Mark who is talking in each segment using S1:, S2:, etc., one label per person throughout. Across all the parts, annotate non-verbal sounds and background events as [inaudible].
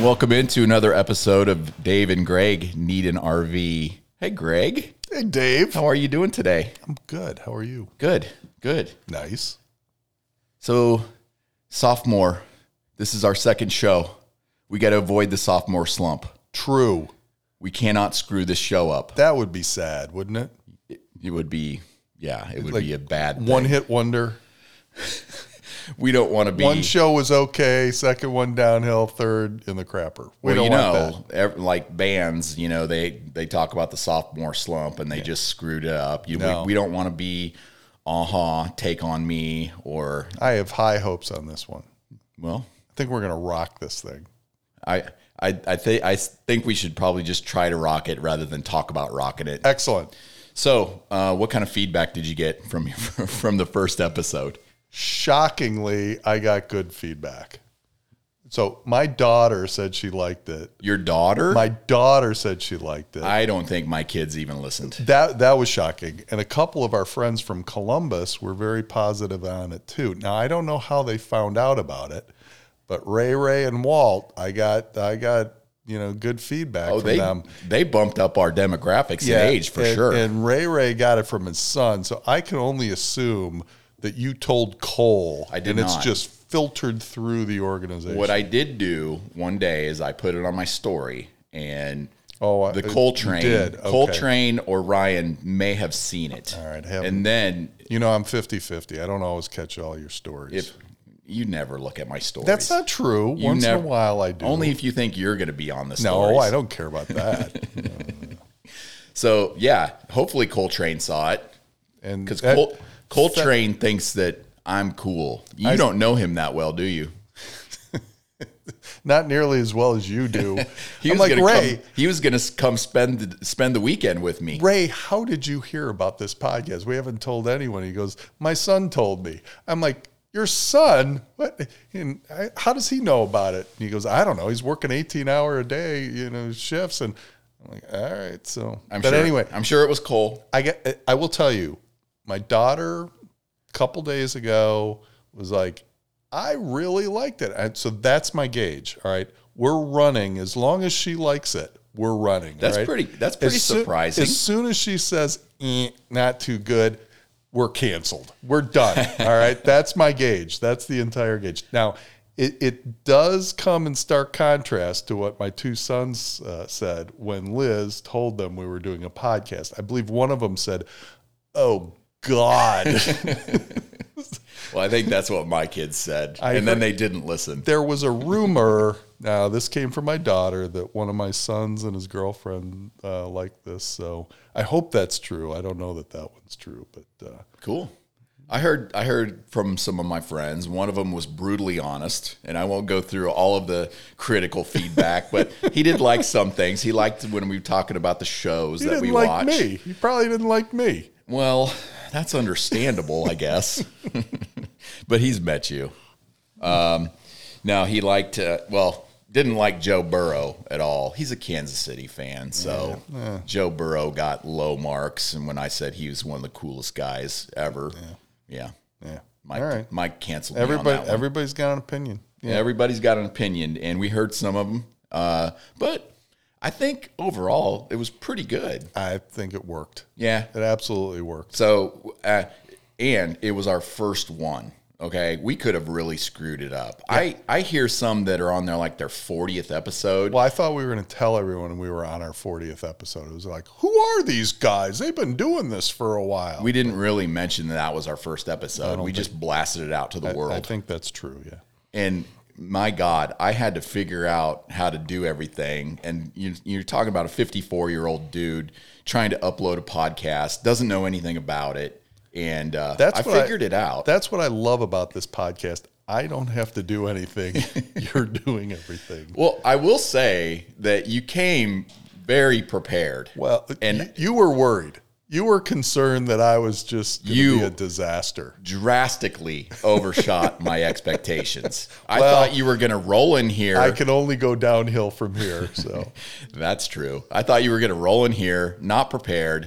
S1: Welcome into another episode of Dave and Greg Need an RV. Hey, Greg,
S2: Hey, Dave.
S1: how are you doing today?
S2: I'm good. How are you?
S1: Good, good.
S2: Nice.
S1: So, sophomore, this is our second show. We got to avoid the sophomore slump.
S2: True.
S1: We cannot screw this show up.
S2: That would be sad, wouldn't it?
S1: It, it would be, yeah, it would
S2: Like
S1: be a bad
S2: One
S1: thing.
S2: hit wonder.
S1: We don't want to be.
S2: One show was okay. Second one downhill. Third in the crapper. We
S1: well,
S2: don't
S1: you
S2: want
S1: know, ev- like bands, you know, they they talk about the sophomore slump and they just screwed it up. You,
S2: No.
S1: we, we don't want to be, aha, uh-huh, take on me or
S2: that. I have high hopes on this one.
S1: well,
S2: I think we're gonna rock this thing.
S1: I I I think I s- think we should probably just try to rock it rather than talk about rocking it.
S2: Excellent.
S1: So, uh, what kind of feedback did you get from [laughs] from the first episode?
S2: Shockingly, I got good feedback. So my daughter said she liked it.
S1: Your daughter?
S2: My daughter said she liked it.
S1: I don't think my kids even listened.
S2: That that was shocking. And a couple of our friends from Columbus were very positive on it too. Now I don't know how they found out about it, but Ray Ray and Walt, I got I got, you know, good feedback
S1: Oh,
S2: from
S1: they
S2: them.
S1: they bumped up our demographics and age for
S2: and-
S1: sure.
S2: And Ray Ray got it from his son. So I can only assume that you told Cole.
S1: I did
S2: and
S1: not.
S2: it's just filtered through the organization.
S1: what I did do one day is I put it on my story and
S2: Oh, I-
S1: the
S2: you
S1: Coltrane,
S2: did, okay.
S1: Coltrane or Ryan may have seen it.
S2: All right, have-
S1: and then
S2: you know, I'm 50-50. I don't always catch all your stories.
S1: if you never look at my stories,
S2: That's not true.
S1: You
S2: Once in
S1: never-
S2: a while I do.
S1: Only if you think you're going to be on this.
S2: No, I don't care about that.
S1: So yeah, hopefully Coltrane saw it
S2: And
S1: because
S2: that-
S1: Col- Coltrane thinks that I'm cool. You don't know him that well, do you?
S2: not nearly as well as you do.
S1: [laughs] He
S2: I'm
S1: was
S2: like
S1: gonna
S2: Ray.
S1: Come, he was going to come spend the, spend the weekend with me.
S2: Ray, how did you hear about this podcast? We haven't told anyone. He goes, my son told me. I'm like, your son? What? And I, how does he know about it? And he goes, I don't know. He's working 18 hour a day, you know, shifts. And I'm like, all right. So,
S1: I'm
S2: but
S1: sure,
S2: anyway,
S1: I'm sure it was Cole.
S2: I get. I will tell you, my daughter, a couple days ago, was like, "I really liked it," and so that's my gauge. All right, we're running as long as she likes it. We're running. all
S1: That's
S2: right?
S1: pretty. That's pretty
S2: As soo-
S1: surprising.
S2: as soon as she says, eh, "Not too good," we're canceled. We're done.
S1: [laughs]
S2: all right, that's my gauge. That's the entire gauge. Now. It, it does come in stark contrast to what my two sons uh, said when Liz told them we were doing a podcast. I believe one of them said, "Oh
S1: [laughs]
S2: God,
S1: well, I think that's what my kids said,
S2: I
S1: and then
S2: heard-
S1: they didn't listen.
S2: there was a rumor. Now, this came from my daughter that one of my sons and his girlfriend uh, liked this. So I hope that's true. I don't know that that one's true, but uh,
S1: Cool. I heard I heard from some of my friends. One of them was brutally honest, and I won't go through all of the critical feedback, but he did like some things. He liked when we were talking about the shows
S2: he
S1: that
S2: didn't
S1: we
S2: like
S1: watch.
S2: me. He probably didn't like me.
S1: Well, that's understandable, I guess. [laughs] but he's met you. Um, now he liked uh, well didn't like Joe Burrow at all. He's a Kansas City fan, so Joe Burrow got low marks. And when I said he was one of the coolest guys ever, yeah,
S2: Yeah.
S1: Mike,
S2: All right.
S1: Mike canceled me on that
S2: Everybody,
S1: one.
S2: everybody's got an opinion. Yeah.
S1: Everybody's got an opinion, and we heard some of them. Uh, but I think overall, it was pretty good.
S2: I think it worked.
S1: Yeah.
S2: It absolutely worked.
S1: So, uh, and it was our first one. Okay, we could have really screwed it up. I I hear some that are on there like their fortieth episode.
S2: Well, I thought we were going to tell everyone we were on our 40th episode. It was like, who are these guys? They've been doing this for a while.
S1: We didn't really mention that that was our first episode. We just blasted it out to the world.
S2: I think that's true. Yeah.
S1: and my god i had to figure out how to do everything and you, you're talking about a 54 year old dude trying to upload a podcast doesn't know anything about it and uh,
S2: That's
S1: i
S2: what I-
S1: figured it out
S2: That's what I love about this podcast. I don't have to do anything. [laughs] You're doing everything.
S1: well i will say that you came very prepared
S2: Well,
S1: And-
S2: and you, you were worried. You were concerned that I was just gonna
S1: You-
S2: be a disaster.
S1: drastically overshot my [laughs] expectations i
S2: Well-
S1: thought you were going to roll in here
S2: I can only go downhill from here. So [laughs]
S1: That's true. I thought you were going to roll in here, not prepared.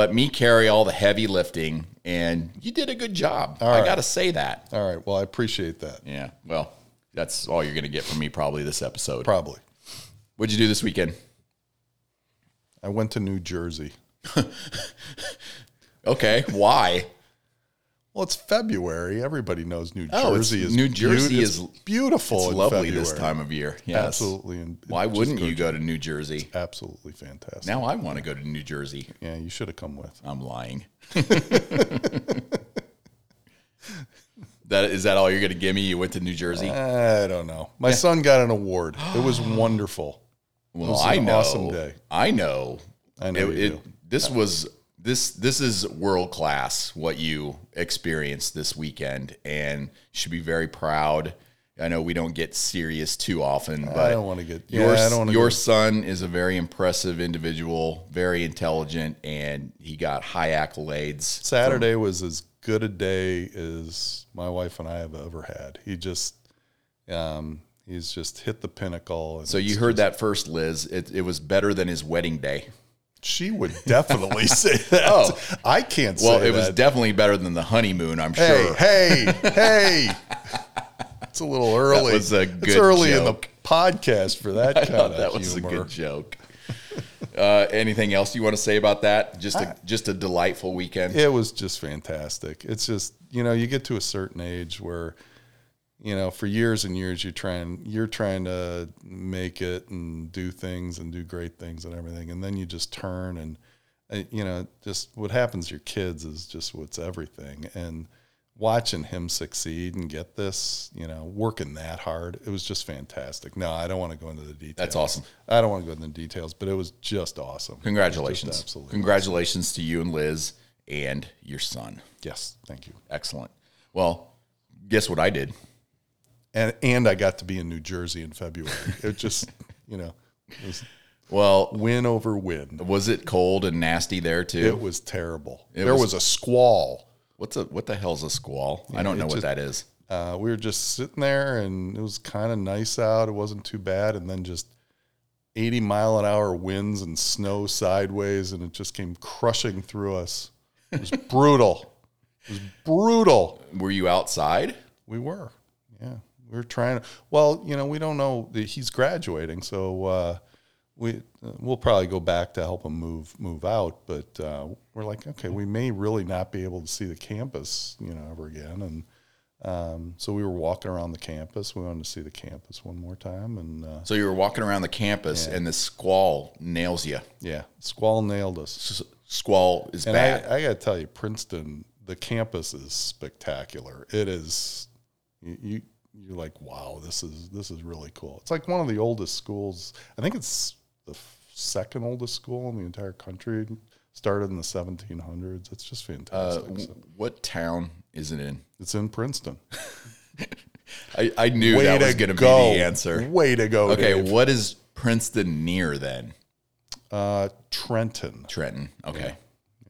S1: Let me carry all the heavy lifting, and you did a good job. I
S2: right.
S1: got to say that.
S2: all right. Well, I appreciate that.
S1: Yeah. Well, that's all you're going to get from me probably this episode.
S2: Probably.
S1: What'd you do this weekend?
S2: I went to New Jersey.
S1: Okay,
S2: [laughs]
S1: why?
S2: Well, it's February. Everybody knows New
S1: Oh, it's-
S2: Jersey is
S1: New Jersey
S2: it's
S1: is-
S2: beautiful.
S1: It's
S2: Oh, in
S1: lovely this
S2: February.
S1: time of year. Yes.
S2: Absolutely. And it's
S1: Why
S2: just
S1: wouldn't
S2: good-
S1: you go to New Jersey?
S2: Absolutely fantastic.
S1: Now I want to go to New Jersey.
S2: yeah, you should have come with.
S1: I'm lying. [laughs] that is that all you're going to give me? You went to New Jersey.
S2: I don't know. My son got an award.
S1: [gasps]
S2: It was wonderful.
S1: well,
S2: was
S1: I
S2: an
S1: know.
S2: awesome day.
S1: I know.
S2: I know
S1: It-
S2: you
S1: it-
S2: do.
S1: This was this this is world class what you experienced this weekend, and you should be very proud. I know we don't get serious too often, but
S2: I don't want to get
S1: Your,
S2: yeah, I don't want to
S1: your son is a very impressive individual, very intelligent, and he got high accolades.
S2: Saturday was as good a day as my wife and I have ever had. He just, um, he's just hit the pinnacle. And
S1: So you heard that first, Liz. It, it was better than his wedding day.
S2: she would
S1: [laughs]
S2: definitely say that.
S1: Oh.
S2: I can't
S1: Well,
S2: say
S1: it was
S2: that.
S1: definitely better than the honeymoon, I'm
S2: hey,
S1: sure. [laughs]
S2: hey, hey. It's a little early.
S1: was a
S2: it's
S1: good
S2: early in
S1: joke.
S2: the podcast
S1: [laughs]
S2: for that kind
S1: Thought
S2: of
S1: that was
S2: humor.
S1: a good joke. [laughs] Uh, anything else you want to say about that? Just a just a delightful weekend.
S2: it was just fantastic. It's just you know you get to a certain age where you know for years and years you're trying you're trying to make it and do things and do great things and everything, and then you just turn and uh, you know just what happens to your kids is just what's everything and watching him succeed and get this you know working that hard it was just fantastic no i don't want to go into the details
S1: That's awesome.
S2: i don't want to go into the details but it was just awesome
S1: Congratulations.
S2: Just absolutely.
S1: Congratulations to you and Liz and your son.
S2: yes thank you
S1: Excellent. Well, guess what I did?
S2: and and I got to be in New Jersey in February. It just [laughs] you know it was
S1: Well,
S2: win over win.
S1: was it cold and nasty there too?
S2: It was terrible. there was,
S1: was-
S2: a squall.
S1: What's a what the hell's a squall? I don't know what that is.
S2: Uh, we were just sitting there, and it was kind of nice out. It wasn't too bad, and then just eighty mile an hour winds and snow sideways, and it just came crushing through us. It was brutal. It was brutal.
S1: Were you outside?
S2: We were. Yeah. We were trying to, well, you know, we don't know that he's graduating, so uh, we uh, we'll probably go back to help him move move out, but uh, we're like, okay, we may really not be able to see the campus, you know, ever again, and um, so we were walking around the campus. We wanted to see the campus one more time, and uh,
S1: So you were walking around the campus and the squall nails you.
S2: yeah, squall nailed us.
S1: S- Squall is
S2: And
S1: bad.
S2: I, I got to tell you, Princeton, the campus is spectacular. It is, you, you you're like, wow, this is this is really cool. It's like one of the oldest schools. I think it's the f- second oldest school in the entire country. Started in the 1700s. It's just
S1: Uh,
S2: fantastic.
S1: w- what town is it in?
S2: it's in Princeton.
S1: I, I knew that was going to be the answer.
S2: Way to go.
S1: Okay,
S2: Dave.
S1: what is Princeton near then?
S2: Uh, Trenton,
S1: Trenton. Okay.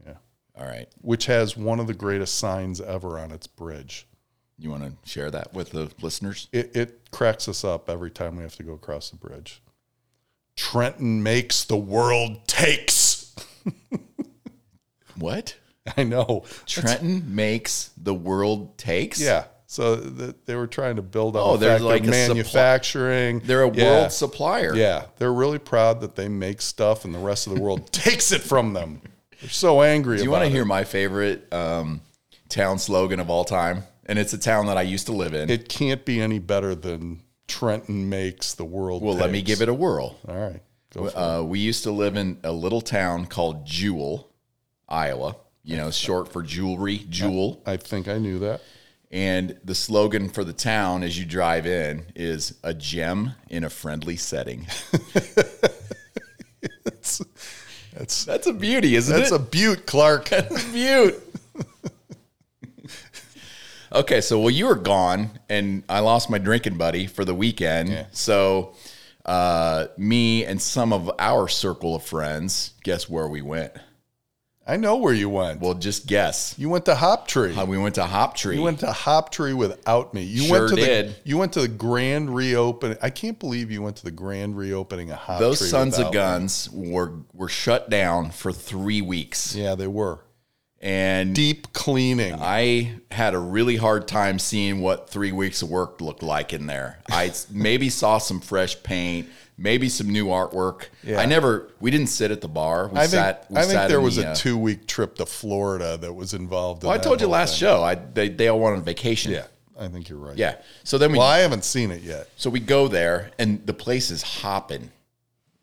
S2: Yeah.
S1: All right.
S2: which has one of the greatest signs ever on its bridge.
S1: You want to share that with the listeners?
S2: it, it cracks us up every time we have to go across the bridge. Trenton makes the world takes. [laughs]
S1: What?
S2: I know.
S1: Trenton makes the world takes.
S2: Yeah. So th they were trying to build up
S1: Oh,
S2: oh,
S1: they're like a supply-
S2: manufacturing.
S1: They're a
S2: Yeah.
S1: world supplier.
S2: Yeah, they're really proud that they make stuff and the rest of the world [laughs] takes it from them. They're so angry.
S1: Do you
S2: about
S1: want to
S2: it.
S1: hear my favorite um, town slogan of all time? And it's a town that I used to live in.
S2: It can't be any better than Trenton makes the world.
S1: well, let me give it a whirl.
S2: All right. Go for it.
S1: Uh, we used to live in a little town called Jewel, Iowa. You know, short for jewelry, Jewel.
S2: I think I knew that.
S1: And the slogan for the town as you drive in is a gem in a friendly setting. [laughs]
S2: That's
S1: That's a beauty, isn't
S2: that's
S1: it?
S2: a butte, Clark.
S1: That's a beaut. [laughs] okay, so well, you were gone, and I lost my drinking buddy for the weekend. So, uh, me and some of our circle of friends, guess where we went?
S2: I know where you went.
S1: Well, just guess.
S2: You went to Hop Tree.
S1: Uh, we went to Hop Tree.
S2: You went to Hop Tree without me. You
S1: Sure
S2: went to
S1: did.
S2: the you went to the grand reopening. I can't believe you went to the grand reopening of Hop
S1: Those
S2: Tree.
S1: sons of
S2: without me.
S1: guns were were shut down for three weeks,
S2: Yeah, they were.
S1: and
S2: Deep cleaning.
S1: I had a really hard time seeing what three weeks of work looked like in there. I s- [laughs] maybe saw some fresh paint, maybe some new artwork.
S2: Yeah.
S1: I never. We didn't sit at the bar. We
S2: I think,
S1: sat. we
S2: I think
S1: sat
S2: there
S1: in
S2: was
S1: the,
S2: a
S1: uh,
S2: two week trip to Florida that was involved.
S1: Well, I
S2: in that
S1: told you
S2: whole
S1: last
S2: thing.
S1: show. I they, they all went on vacation.
S2: Yeah, I think you're right.
S1: yeah. So then we
S2: Well, I haven't seen it yet.
S1: so we go there and the place is hopping.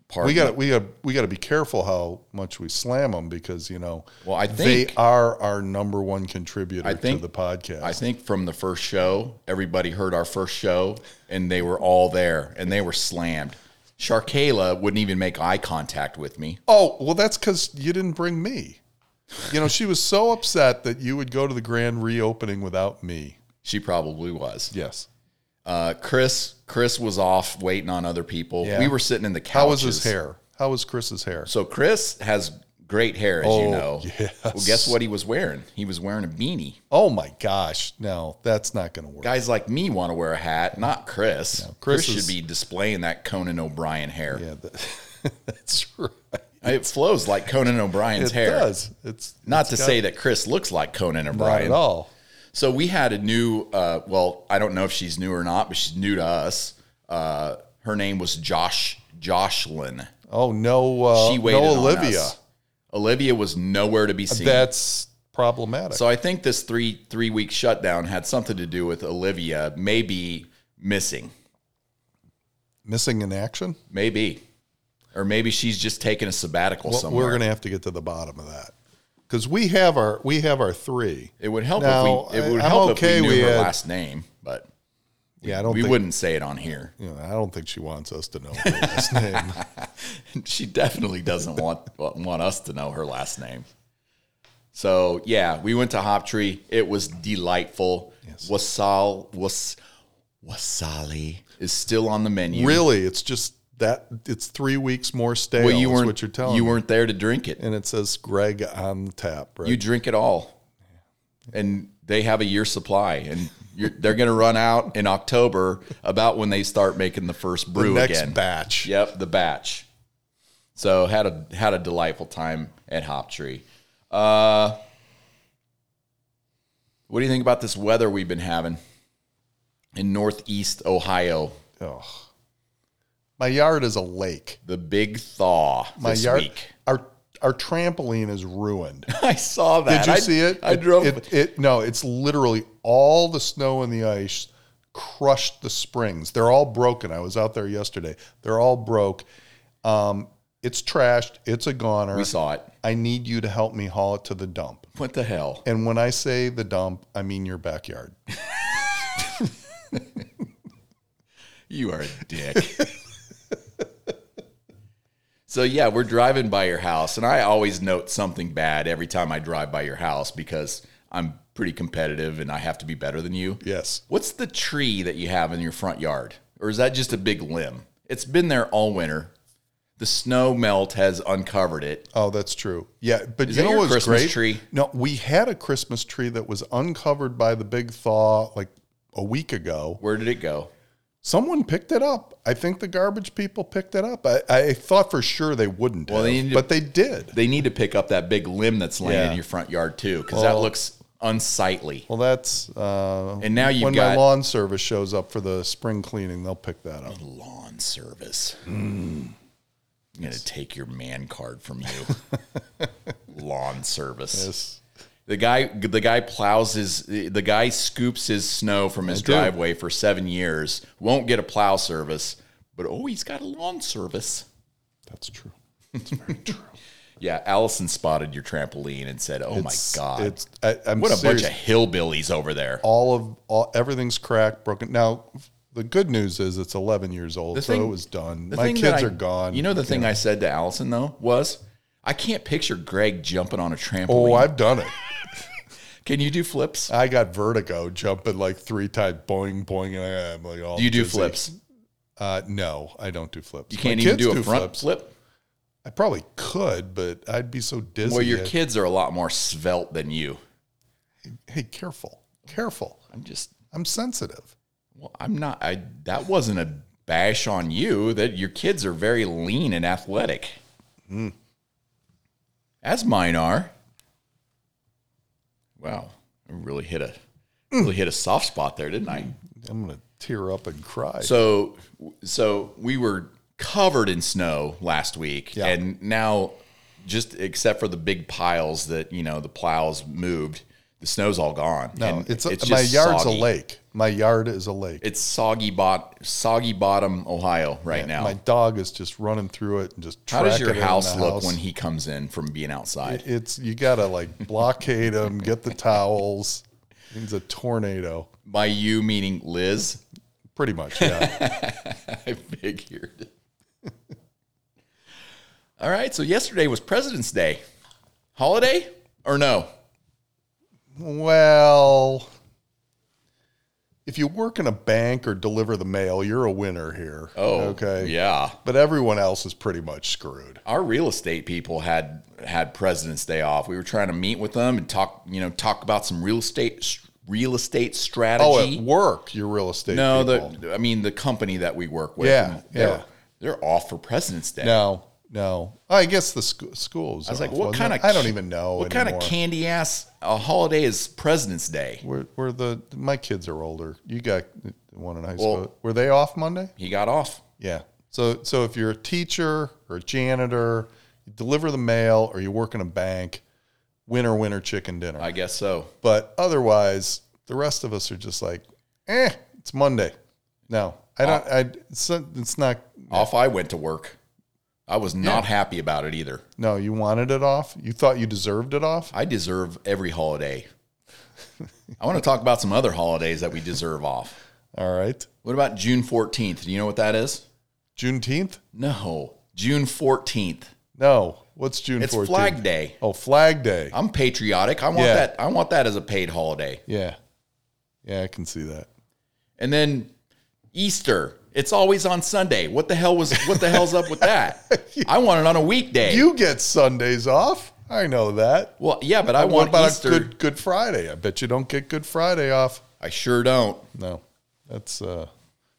S1: Pardon
S2: We
S1: me.
S2: got we got we got to be careful how much we slam them because you know
S1: Well, I
S2: they
S1: think-
S2: are our number one contributor
S1: think-
S2: to the podcast.
S1: I think from the first show, everybody heard our first show and they were all there and they were slammed. Sharkayla wouldn't even make eye contact with me.
S2: oh well, that's because you didn't bring me. You know, she was so upset that you would go to the grand reopening without me.
S1: She probably was.
S2: Yes.
S1: Uh, Chris Chris was off waiting on other people.
S2: Yeah.
S1: We were sitting in the couches.
S2: How was his hair? How was Chris's hair?
S1: So Chris has great hair, as
S2: Oh,
S1: you know.
S2: yes.
S1: Well, guess what he was wearing? He was wearing a beanie.
S2: Oh my gosh! No, that's not going to work.
S1: Guys like me want to wear a hat, not Chris.
S2: Chris
S1: Chris,
S2: is-
S1: should be displaying that Conan O'Brien hair.
S2: Yeah, that, [laughs] that's right.
S1: It flows like Conan O'Brien's
S2: It
S1: hair.
S2: does. It's
S1: Not
S2: it's
S1: to
S2: got-
S1: say that Chris looks like Conan
S2: not
S1: O'Brien.
S2: at all.
S1: So we had a new, uh, well, I don't know if she's new or not, but she's new to us. Uh, her name was Josh Joshlin.
S2: Oh no! Uh,
S1: She waited
S2: no
S1: on
S2: Olivia.
S1: us. Olivia was nowhere to be seen.
S2: That's problematic.
S1: so I think this three three week shutdown had something to do with Olivia maybe missing,
S2: Missing in action.
S1: maybe, or maybe she's just taking a sabbatical
S2: Well,
S1: somewhere.
S2: we're going to have to get to the bottom of that because we have our we have our three.
S1: it would help
S2: Now,
S1: if we it would
S2: I- I'm
S1: help
S2: okay
S1: if we knew
S2: we
S1: her
S2: had-
S1: last name, but
S2: Yeah, I don't.
S1: we
S2: think,
S1: wouldn't say it on here.
S2: You know, I don't think she wants us to know her
S1: [laughs]
S2: last name.
S1: she definitely doesn't want want us to know her last name. So yeah, we went to Hoptree. It was delightful. Wasal was wasali is still on the menu.
S2: Really, it's just that it's three weeks more stale.
S1: Well, you
S2: is
S1: weren't
S2: what you're telling
S1: you
S2: me.
S1: weren't there to drink it.
S2: And it says Greg on the tap. Right?
S1: You drink it all, and they have a year supply, and you're, they're going to run out in October, about when they start making the first brew
S2: Next
S1: again.
S2: batch.
S1: Yep, the batch. So had a had a delightful time at Hoptree. Uh, what do you think about this weather we've been having in Northeast Ohio?
S2: Oh. My yard is a lake.
S1: The big thaw
S2: My
S1: this
S2: yard,
S1: week. [laughs]
S2: our our trampoline is ruined.
S1: I saw that.
S2: Did you
S1: I-
S2: see it?
S1: I drove.
S2: It, it, it- No, it's literally all the snow and the ice crushed the springs. They're all broken. I was out there yesterday. They're all broke. Um, it's trashed. It's a goner.
S1: we saw it.
S2: I need you to help me haul it to the dump.
S1: What the hell?
S2: And when I say the dump, I mean your backyard.
S1: You are a dick. so yeah, we're driving by your house, and I always note something bad every time I drive by your house because I'm pretty competitive and I have to be better than you.
S2: Yes.
S1: What's the tree that you have in your front yard? Or is that just a big limb? It's been there all winter. The snow melt has uncovered it.
S2: Oh, that's true. Yeah, but you
S1: that
S2: know
S1: your
S2: what's
S1: Christmas
S2: great?
S1: tree?
S2: No, we had a Christmas tree that was uncovered by the big thaw like a week ago.
S1: Where did it go?
S2: Someone picked it up. I think the garbage people picked it up. I, I thought for sure they wouldn't,
S1: they
S2: have,
S1: need to-
S2: but they did.
S1: They need to pick up that big limb that's laying
S2: Yeah.
S1: in your front yard too, because that
S2: Well-
S1: looks unsightly.
S2: Well, that's uh,
S1: And now you've
S2: when my
S1: got-
S2: lawn service shows up for the spring cleaning, they'll pick that up.
S1: lawn service. I'm going to take your man card from you.
S2: [laughs]
S1: lawn service.
S2: Yes.
S1: The guy the guy plows his the guy scoops his snow from his
S2: do.
S1: driveway for 7 years. Won't get a plow service, but oh, he's got a lawn service.
S2: That's true.
S1: Yeah, Allison spotted your trampoline and said, "Oh
S2: It's-
S1: my god.
S2: it's I, I'm
S1: what a
S2: serious.
S1: bunch of hillbillies over there."
S2: all of all everything's cracked, broken. Now the good news is it's 11 years old, so
S1: thing-
S2: it was done.
S1: The
S2: My
S1: thing
S2: kids
S1: that I-
S2: are gone.
S1: You know the thing I said to Allison though was, "I can't picture Greg jumping on a trampoline."
S2: oh, I've done it. Oh.
S1: Can you do flips?
S2: I got vertigo jumping like three times, boing boing, and I'm like, all
S1: Do you do
S2: dizzy.
S1: flips?
S2: Uh, no, I don't do flips.
S1: You can't even do a front flip.
S2: I probably could, but I'd be so dizzy.
S1: Well, your
S2: I'd-
S1: kids are a lot more svelte than you.
S2: Hey, careful, careful.
S1: I'm just,
S2: I'm sensitive.
S1: well, I'm not. I that wasn't a bash on you. That your kids are very lean and athletic, as mine are. Wow, I really hit a really hit a soft spot there, didn't I?
S2: I'm gonna tear up and cry.
S1: So so we were covered in snow last week,
S2: Yeah.
S1: and now just except for the big piles that you know the plows moved, the snow's all gone.
S2: no,
S1: and
S2: it's, my yard's
S1: soggy.
S2: a lake. My yard is a lake.
S1: It's soggy bot soggy bottom Ohio right now.
S2: My dog is just running through it and just.
S1: How does
S2: tracking
S1: your
S2: it in
S1: house
S2: the
S1: look
S2: house.
S1: when he comes in from being outside?
S2: it's you gotta like blockade them, get the towels. It's a tornado,
S1: By you meaning Liz? [laughs]
S2: pretty much. Yeah,
S1: I figured. [laughs] All right, so yesterday was President's Day. Holiday or no?
S2: well, if you work in a bank or deliver the mail, you're a winner here.
S1: Oh,
S2: okay,
S1: Yeah.
S2: But everyone else is pretty much screwed.
S1: Our real estate people had had President's Day off. We were trying to meet with them and talk, you know, talk about some real estate real estate strategy.
S2: Oh, at work, your real estate.
S1: no,
S2: people.
S1: the I mean the company that we work with.
S2: Yeah,
S1: they're,
S2: yeah.
S1: They're off for President's Day.
S2: no, no. I guess the sc- schools.
S1: I was like, what kind of
S2: I don't even know.
S1: What kind
S2: anymore.
S1: of candy ass a holiday is President's Day?
S2: Were, were the my kids are older. You got one in high school.
S1: Well-
S2: were they off Monday?
S1: He got off.
S2: Yeah. So so if you're a teacher or a janitor, you deliver the mail or you work in a bank, winner winner chicken dinner.
S1: I guess so.
S2: but otherwise, the rest of us are just like, eh, it's Monday. No, I don't. I it's, it's not.
S1: Off I went to work. I was not happy about it either.
S2: No, you wanted it off. You thought you deserved it off.
S1: I deserve every holiday. I want to talk about some other holidays that we deserve off.
S2: All right,
S1: What about June 14th? Do you know what that is?
S2: Juneteenth.
S1: No. June 14th.
S2: No, what's June?
S1: It's
S2: 14th?
S1: Flag Day.
S2: Oh, Flag Day.
S1: I'm patriotic. I want
S2: Yeah.
S1: that I want that as a paid holiday.
S2: Yeah, yeah, I can see that.
S1: And then Easter. It's always on Sunday. What the hell was what the hell's up with
S2: [laughs]
S1: that? I want it on a weekday.
S2: You get Sundays off. I know that.
S1: well, yeah, but I
S2: What
S1: want
S2: about
S1: Easter.
S2: a good Good Friday? I bet you don't get Good Friday off.
S1: I sure don't.
S2: No, that's uh,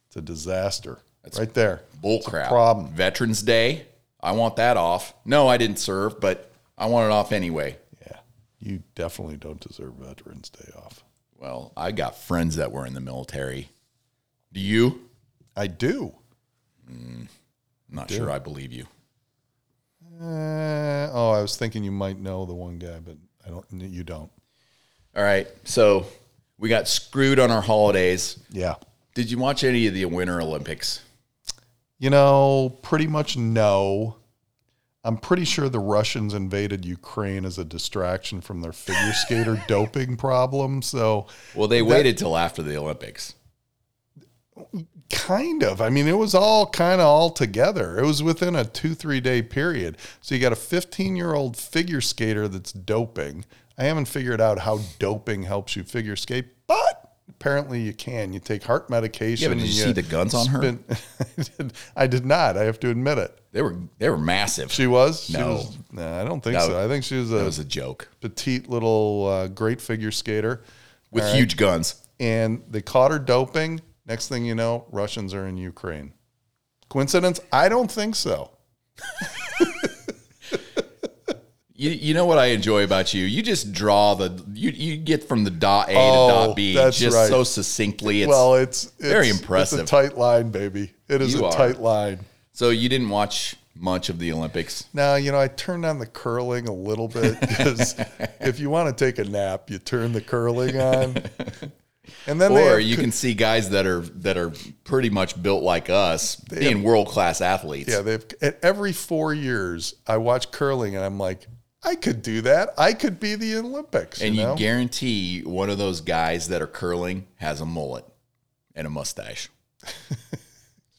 S2: it's a disaster. right there.
S1: Bull crap.
S2: problem.
S1: Veterans Day. I want that off. No, I didn't serve, but I want it off anyway.
S2: Yeah, you definitely don't deserve Veterans Day off.
S1: Well, I got friends that were in the military. Do you?
S2: I do.
S1: I'm not sure I believe you.
S2: Uh, oh, I was thinking you might know the one guy, but I don't. You don't.
S1: All right. So we got screwed on our holidays.
S2: Yeah.
S1: Did you watch any of the Winter Olympics?
S2: You know, pretty much no. I'm pretty sure the Russians invaded Ukraine as a distraction from their figure
S1: [laughs]
S2: skater doping problem. So,
S1: Well, they waited till after the Olympics.
S2: kind of. I mean, it was all kind of all together. It was within a two, three day period. So, you got a 15 year old figure skater that's doping. I haven't figured out how doping helps you figure skate, but apparently you can. You take heart medication.
S1: did
S2: and
S1: you see the guns on her?
S2: [laughs] I, did, I did not. I have to admit it.
S1: They were they were massive.
S2: She was? She
S1: No.
S2: was- no, I don't think
S1: No.
S2: so. I think she was
S1: That
S2: a
S1: was a joke
S2: petite little uh, great figure skater.
S1: with huge guns.
S2: And they caught her doping. Next thing you know, Russians are in Ukraine. Coincidence? I don't think so.
S1: You, you know what I enjoy about you? You just draw the you, you get from the dot A
S2: Oh,
S1: to dot B
S2: that's
S1: just
S2: right.
S1: so succinctly. It's,
S2: well, it's, it's
S1: very
S2: It's
S1: impressive.
S2: a tight line, baby. It is
S1: You
S2: a
S1: are.
S2: tight line.
S1: so you didn't watch much of the Olympics.
S2: Now, you know, I turned on the curling a little bit
S1: [laughs]
S2: because if you want to take a nap, you turn the curling
S1: [laughs]
S2: on. And then they
S1: Or
S2: have
S1: you can see guys that are that are pretty much built like us being world class athletes.
S2: Yeah, they've at every four years I watch curling and I'm like, I could do that. I could be the Olympics.
S1: and
S2: you
S1: you,
S2: know?
S1: guarantee one of those guys that are curling has a mullet and a mustache.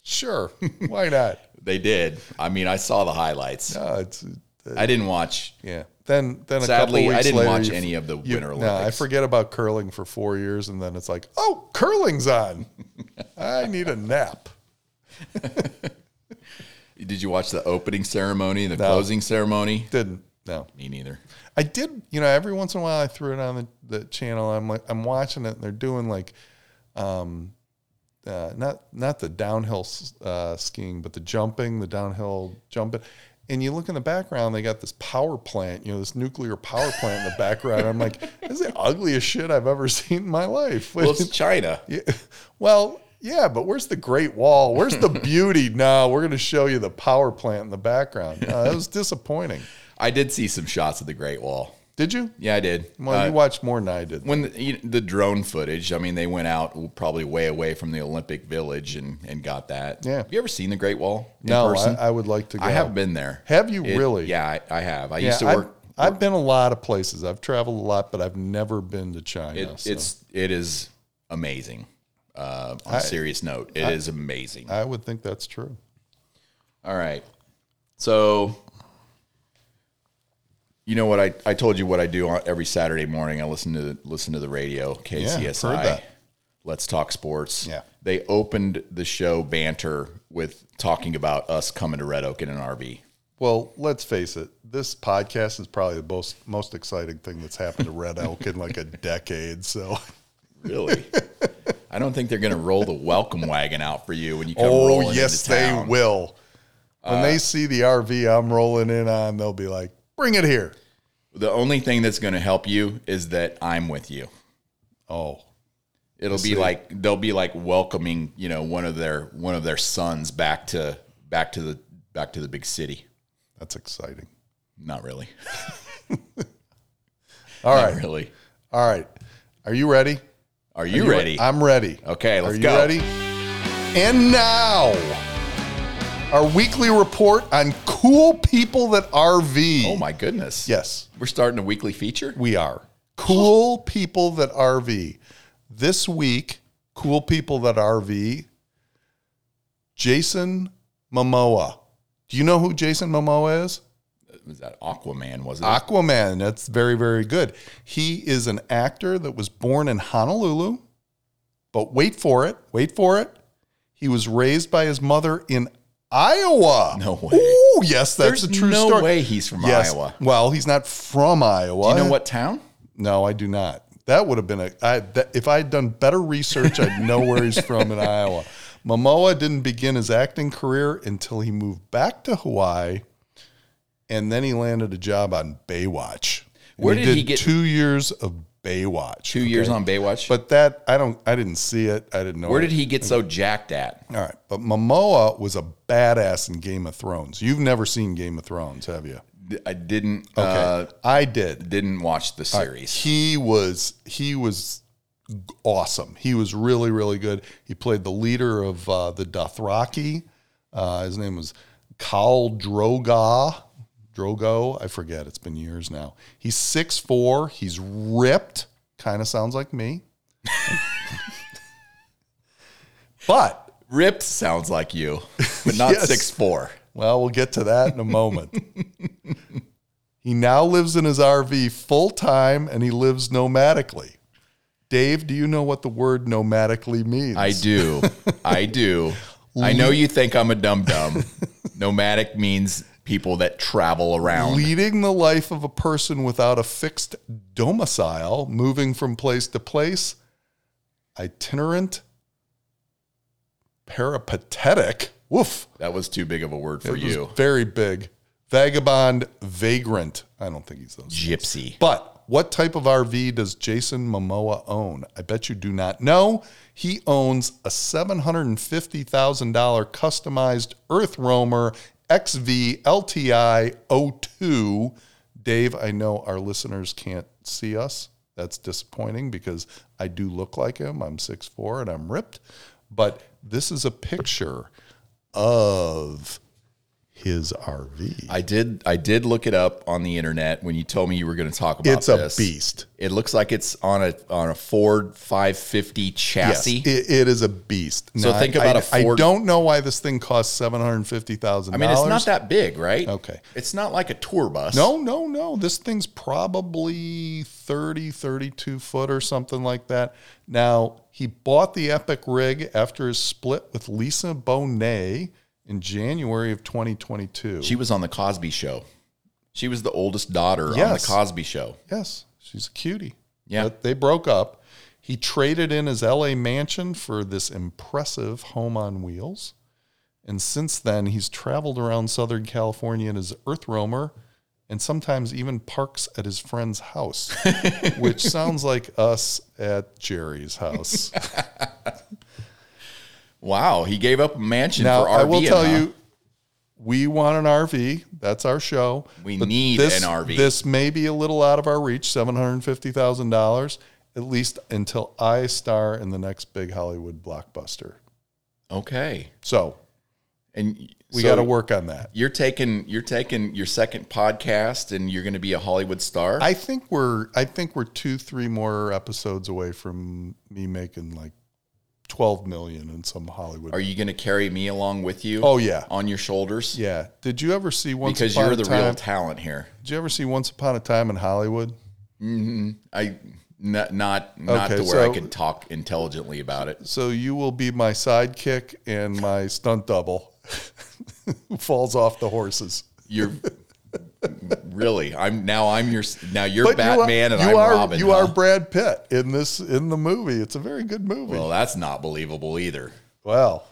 S2: sure, [laughs] why not?
S1: They did. I mean, I saw the highlights.
S2: No, it's uh,
S1: I didn't watch.
S2: yeah. Then then
S1: Sadly,
S2: a couple weeks
S1: I didn't
S2: later,
S1: watch
S2: you-
S1: any of the
S2: you-
S1: Winter
S2: No, I
S1: Olympics.
S2: forget about curling for four years, and then it's like, oh,
S1: [laughs]
S2: curling's on. I need a nap.
S1: Did you watch the opening ceremony, the closing ceremony?
S2: Didn't no.
S1: Me neither.
S2: [laughs] I did, you know, every once in a while I threw it on the, the channel. I'm like, I'm watching it, and they're doing like, um, uh, not not the downhill s- uh, skiing, but the jumping, the downhill jumping, and you look in the background, they got this power plant, you know, this nuclear power plant in the background. I'm like, this is the ugliest shit I've ever seen in my life.
S1: Well, it's China.
S2: Yeah. [laughs] Well, yeah, but where's the Great Wall?
S1: [laughs]
S2: Where's the beauty? No, we're going to show you the power plant in the background. No, that was disappointing.
S1: I did see some shots of the Great Wall.
S2: Did you?
S1: Yeah, I did.
S2: Well,
S1: Uh,
S2: you watched more than I did.
S1: when the, you- the drone footage, I mean, they went out probably way away from the Olympic Village and, and got that.
S2: Yeah.
S1: Have you ever seen the Great Wall in
S2: No, I,
S1: person?
S2: I would like to go.
S1: I have been there.
S2: Have you really?
S1: Yeah, I, I have. I
S2: Yeah,
S1: used to
S2: I've-
S1: work.
S2: I've, been a lot of places. I've traveled a lot, but I've never been to China.
S1: It,
S2: so
S1: It's it is amazing. Uh, on a serious note, it is amazing.
S2: I would think that's true.
S1: All right. So, you know what I, I told you what I do on every Saturday morning. I listen to listen to the radio
S2: Yeah,
S1: KCSI.
S2: heard that.
S1: Let's talk sports.
S2: Yeah.
S1: They opened the show banter with talking about us coming to Red Oak in an RV.
S2: Well, let's face it. This podcast is probably the most most exciting thing that's happened to Red Elk in like a decade. So, [laughs]
S1: Really? I don't think they're going to roll the welcome wagon out for you when you come rolling
S2: oh
S1: into
S2: yes, they
S1: town. Uh,
S2: will. When they see the RV I'm rolling in on, they'll be like, "Bring it here."
S1: The only thing that's going to help you is that I'm with you.
S2: Oh,
S1: It'll be like they'll be like welcoming, you know, one of their one of their sons back to back to the back to the big city.
S2: that's exciting.
S1: Not really. [laughs]
S2: All
S1: Not
S2: right,
S1: really.
S2: all right. Are you ready?
S1: Are you,
S2: re-
S1: ready?
S2: I'm ready.
S1: okay, let's
S2: Are you
S1: go.
S2: ready? And now, our weekly report on cool people that RV.
S1: Oh my goodness.
S2: Yes,
S1: We're starting a weekly feature?
S2: we are. Cool people that RV. This week, cool people that RV. Jason Momoa. Do you know who Jason Momoa is?
S1: Was that Aquaman, was it?
S2: Aquaman. That's very, very good. He is an actor that was born in Honolulu, but wait for it. Wait for it. He was raised by his mother in Iowa.
S1: No way.
S2: Ooh, yes, that's
S1: There's
S2: a true
S1: no
S2: story.
S1: way he's from
S2: Yes.
S1: Iowa.
S2: Well, he's not from Iowa.
S1: Do you know what town?
S2: No, I do not. That would have been a. I, that, if I had done better research, I'd know
S1: [laughs]
S2: where he's from in Iowa. Momoa didn't begin his acting career until he moved back to Hawaii, and then he landed a job on Baywatch. And
S1: Where did he get-
S2: two years of Baywatch?
S1: Two years on Baywatch.
S2: But that I don't. I didn't see it. I didn't know.
S1: Where
S2: it.
S1: did he get so jacked at?
S2: All right, but Momoa was a badass in Game of Thrones. You've never seen Game of Thrones, have you?
S1: D- I didn't uh,
S2: Okay, I did.
S1: didn't watch the series.
S2: He was he was awesome. He was really really good. He played the leader of uh, the Dothraki. Uh, his name was Khal Droga. Drogo, I forget. It's been years now. He's 6'4". He's ripped. Kind of sounds like me. [laughs] but
S1: Ripped sounds like you, but not
S2: Yes.
S1: six four.
S2: Well, we'll get to that in a moment. he now lives in his RV full time and he lives nomadically. Dave, do you know what the word nomadically means?
S1: I do. I do. I know you think I'm a dum dum. Nomadic means people that travel around.
S2: Leading the life of a person without a fixed domicile, moving from place to place, itinerant, peripatetic. Woof.
S1: That was too big of a word for
S2: It was
S1: you.
S2: Very big. Vagabond, vagrant. I don't think he's those.
S1: Gypsy.
S2: But what type of RV does Jason Momoa own? I bet you do not know. He owns a $750,000 customized Earth Roamer XV LTI 02. Dave, I know our listeners can't see us. That's disappointing because I do look like him. I'm 6'4 and I'm ripped. But this is a picture of his RV.
S1: I did. I did look it up on the internet when you told me you were going to talk about
S2: It's a
S1: this.
S2: beast.
S1: It looks like it's on a on a Ford 550 chassis.
S2: Yes, it, it is a beast.
S1: So
S2: Now,
S1: think
S2: I-
S1: about
S2: I-
S1: a Ford-
S2: I don't know why this thing costs seven hundred fifty thousand.
S1: I mean, it's not that big, right?
S2: Okay.
S1: It's not like a tour bus.
S2: No, no, no. This thing's probably 30, 32 foot or something like that. Now, he bought the Epic rig after his split with Lisa Bonet in January of 2022.
S1: She was on the Cosby Show. She was the oldest daughter on the
S2: Yes.
S1: Cosby Show.
S2: yes, she's a cutie.
S1: Yeah.
S2: But they broke up. He traded in his LA mansion for this impressive home on wheels. And since then, he's traveled around Southern California in his Earth Roamer and sometimes even parks at his
S1: [laughs]
S2: friend's house, which sounds like us at
S1: [laughs]
S2: Jerry's house.
S1: Wow, he gave up a mansion
S2: now,
S1: for RV.
S2: I will tell
S1: huh?
S2: you, we want an RV. That's our show.
S1: We need
S2: this-
S1: an RV.
S2: This may be a little out of our reach $750,000, at least until I star in the next big Hollywood blockbuster.
S1: Okay,
S2: So
S1: and
S2: we
S1: so
S2: got to work on that.
S1: You're taking you're taking your second podcast, and you're going to be a Hollywood star.
S2: I think we're I think we're two three more episodes away from me making like twelve million in some Hollywood.
S1: Are you going to carry me along with you?
S2: oh yeah,
S1: on your shoulders
S2: yeah. Did you ever see once
S1: because
S2: upon
S1: you're
S2: a
S1: the
S2: time?
S1: real talent here.
S2: did you ever see Once Upon a Time in Hollywood?
S1: I not not not
S2: Okay,
S1: to where
S2: so-
S1: I can talk intelligently about it.
S2: So you will be my sidekick and my stunt double [laughs] who falls off the horses.
S1: You're really I'm now I'm your now you're
S2: But you are-
S1: Batman and
S2: you
S1: I'm
S2: are
S1: Robin.
S2: you
S1: huh?
S2: are Brad Pitt in this in the movie. It's a very good movie.
S1: well, that's not believable either.
S2: well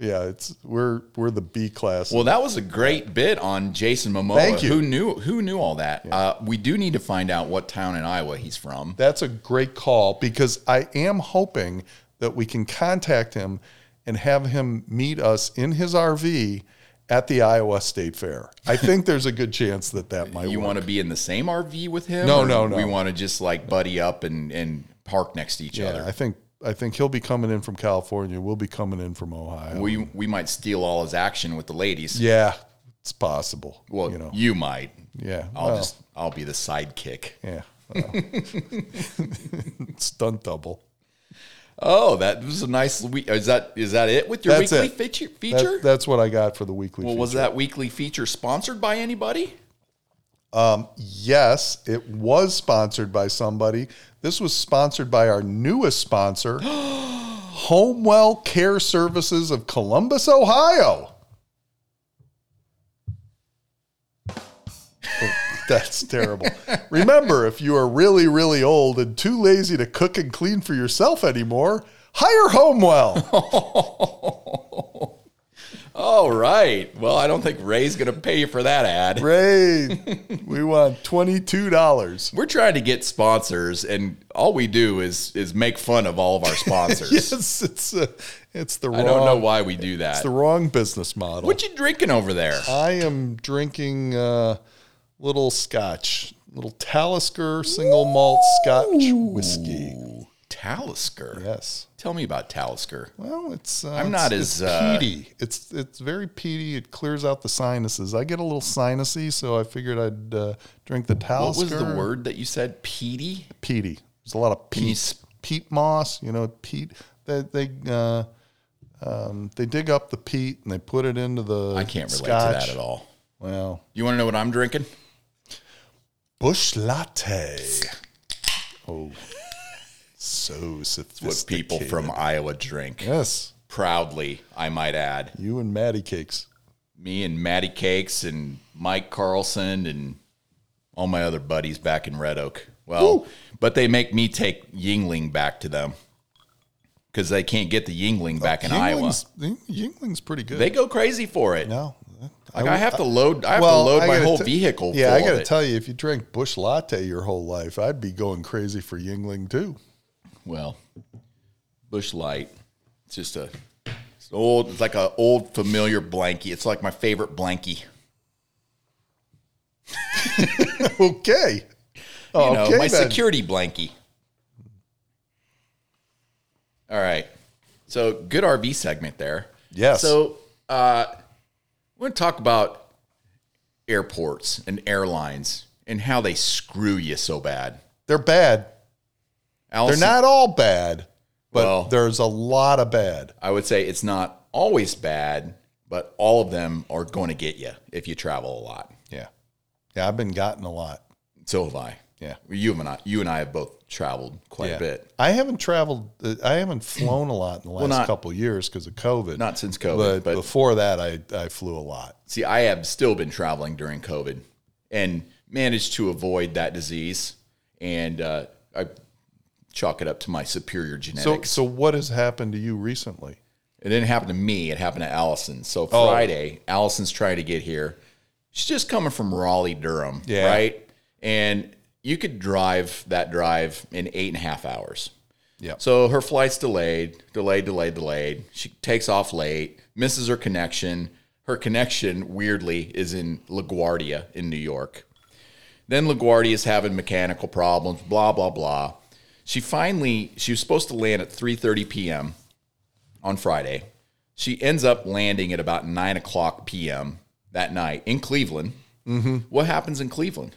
S2: yeah, it's we're we're the B class.
S1: Well, that was a great bit on Jason Momoa.
S2: Thank you.
S1: Who knew? Who knew all that? Uh, we do need to find out what town in Iowa he's from.
S2: That's a great call because I am hoping that we can contact him and have him meet us in his RV at the Iowa State Fair.
S1: [laughs]
S2: I think there's a good chance that that might
S1: You
S2: work.
S1: want to be in the same RV with him?
S2: No,
S1: or
S2: no, no.
S1: We want to just like buddy up and and park next to each
S2: Yeah,
S1: other.
S2: I think I think he'll be coming in from California. We'll be coming in from Ohio.
S1: We we might steal all his action with the ladies.
S2: yeah, it's possible.
S1: Well,
S2: you know,
S1: you might.
S2: yeah.
S1: I'll
S2: well,
S1: just I'll be the sidekick.
S2: yeah. well. [laughs] Stunt double.
S1: Oh, that was a nice. we- Is that is that it with your
S2: That's
S1: weekly
S2: it.
S1: feature?
S2: That-
S1: Feature?
S2: that's what I got for the weekly.
S1: well, was
S2: feature.
S1: that weekly feature sponsored by anybody?
S2: Yes, it was sponsored by somebody. This was sponsored by our newest [gasps] sponsor, Homewell Care Services of Columbus, Ohio. [laughs] Oh, That's terrible. Remember, if you are really, really old and too lazy to cook and clean for yourself anymore, hire Homewell.
S1: All right. Well, I don't think Ray's going to pay you for that ad.
S2: Ray, we want $22.
S1: We're trying to get sponsors, and all we do is is make fun of all of
S2: [laughs]
S1: our sponsors.
S2: Yes, it's, uh, it's the wrong,
S1: I don't know why we do that.
S2: it's the wrong business model.
S1: What you drinking over there?
S2: I am drinking uh, little scotch, little Talisker single malt scotch whiskey.
S1: Ooh, Talisker.
S2: Yes.
S1: Tell me about Talisker.
S2: Well, it's uh,
S1: I'm not
S2: it's,
S1: as,
S2: it's
S1: uh,
S2: peaty. It's it's very peaty. It clears out the sinuses. I get a little sinusy, so I figured I'd uh, drink the
S1: What
S2: Talisker.
S1: was the word that you said? Peaty.
S2: Peaty. There's a lot of
S1: you
S2: peat,
S1: s-
S2: peat moss. You know, peat. They they uh, um, they dig up the peat and they put it into the.
S1: I can't relate to that at all.
S2: Well,
S1: You want to know what I'm drinking?
S2: Bush latte. Oh, so sophisticated.
S1: What people from Iowa drink.
S2: Yes,
S1: Proudly, I might add.
S2: you and Maddie Cakes.
S1: Me and Matty Cakes and Mike Carlson and all my other buddies back in Red Oak. Well, but they make me take Yingling back to them because they can't get the Yingling back in Iowa.
S2: Oh, Yingling's, Yingling's pretty good.
S1: They go crazy for it.
S2: no,
S1: Like I, have to load. I have to load
S2: I
S1: my
S2: gotta
S1: whole
S2: te-
S1: vehicle.
S2: Yeah,
S1: full
S2: I got
S1: of
S2: to
S1: it.
S2: tell you, if you drank Bush latte your whole life, I'd be going crazy for Yingling too.
S1: well, Bush Light. It's just a it's old. It's like an old familiar blankie. It's like my favorite blankie.
S2: okay.
S1: You know,
S2: Oh, okay,
S1: my
S2: then.
S1: security blankie. All right. So good RV segment there.
S2: Yes.
S1: So uh, we're going to talk about airports and airlines and how they screw you so bad.
S2: They're bad. They're
S1: Allison,
S2: not all bad, but
S1: Well-
S2: there's a lot of bad.
S1: I would say it's not always bad, but all of them are going to get you if you travel a lot.
S2: Yeah. Yeah, I've been gotten a lot.
S1: So have I.
S2: Yeah.
S1: You and I, you and I have both traveled quite a bit.
S2: I haven't traveled. uh, I haven't flown a lot in the last
S1: not-
S2: couple years because of COVID.
S1: Not since COVID,
S2: but,
S1: but
S2: before that, I I flew a lot.
S1: see, I have still been traveling during COVID and managed to avoid that disease. And uh, I chalk it up to my superior
S2: So
S1: genetics.
S2: so what has happened to you recently?
S1: It didn't happen to me. It happened to Allison. So Friday, Allison's trying to get here. She's just coming from Raleigh, Durham,
S2: Yeah.
S1: right? And you could drive that drive in eight and a half hours.
S2: Yeah.
S1: So her flight's delayed, delayed, delayed, delayed. She takes off late, misses her connection. Her connection, weirdly, is in LaGuardia in New York. Then LaGuardia is having mechanical problems, blah, blah, blah. She finally, she was supposed to land at 3.30 p.m. on Friday. She ends up landing at about 9 o'clock p.m. that night in Cleveland.
S2: Mm-hmm.
S1: What happens in Cleveland?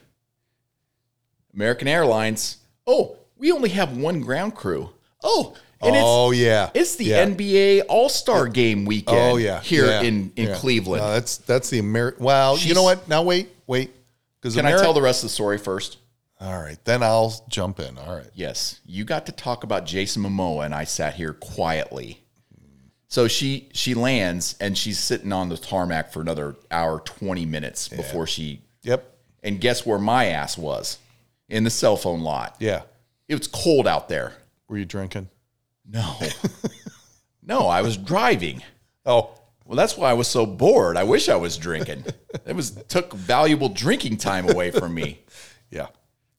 S1: American Airlines. Oh, we only have one ground crew. Oh, and
S2: oh yeah.
S1: it's it's the
S2: yeah.
S1: NBA All Star Game weekend.
S2: Oh yeah.
S1: here
S2: Yeah.
S1: in in
S2: Yeah. Uh,
S1: Cleveland.
S2: No, that's that's the Ameri- Well, you
S1: She's-
S2: know what? Now wait, wait. Because
S1: Can I tell the rest of the story first?
S2: All right, then I'll jump in. All right.
S1: Yes, you got to talk about Jason Momoa, and I sat here quietly. So she she lands and she's sitting on the tarmac for another hour twenty minutes before she.
S2: Yep.
S1: And guess where my ass was? In the cell phone lot.
S2: Yeah.
S1: It was cold out there.
S2: Were you drinking? [laughs]
S1: No. no, I was driving.
S2: Oh,
S1: Well, that's why I was so bored. I wish I was drinking. it was took valuable drinking time away from me.
S2: yeah.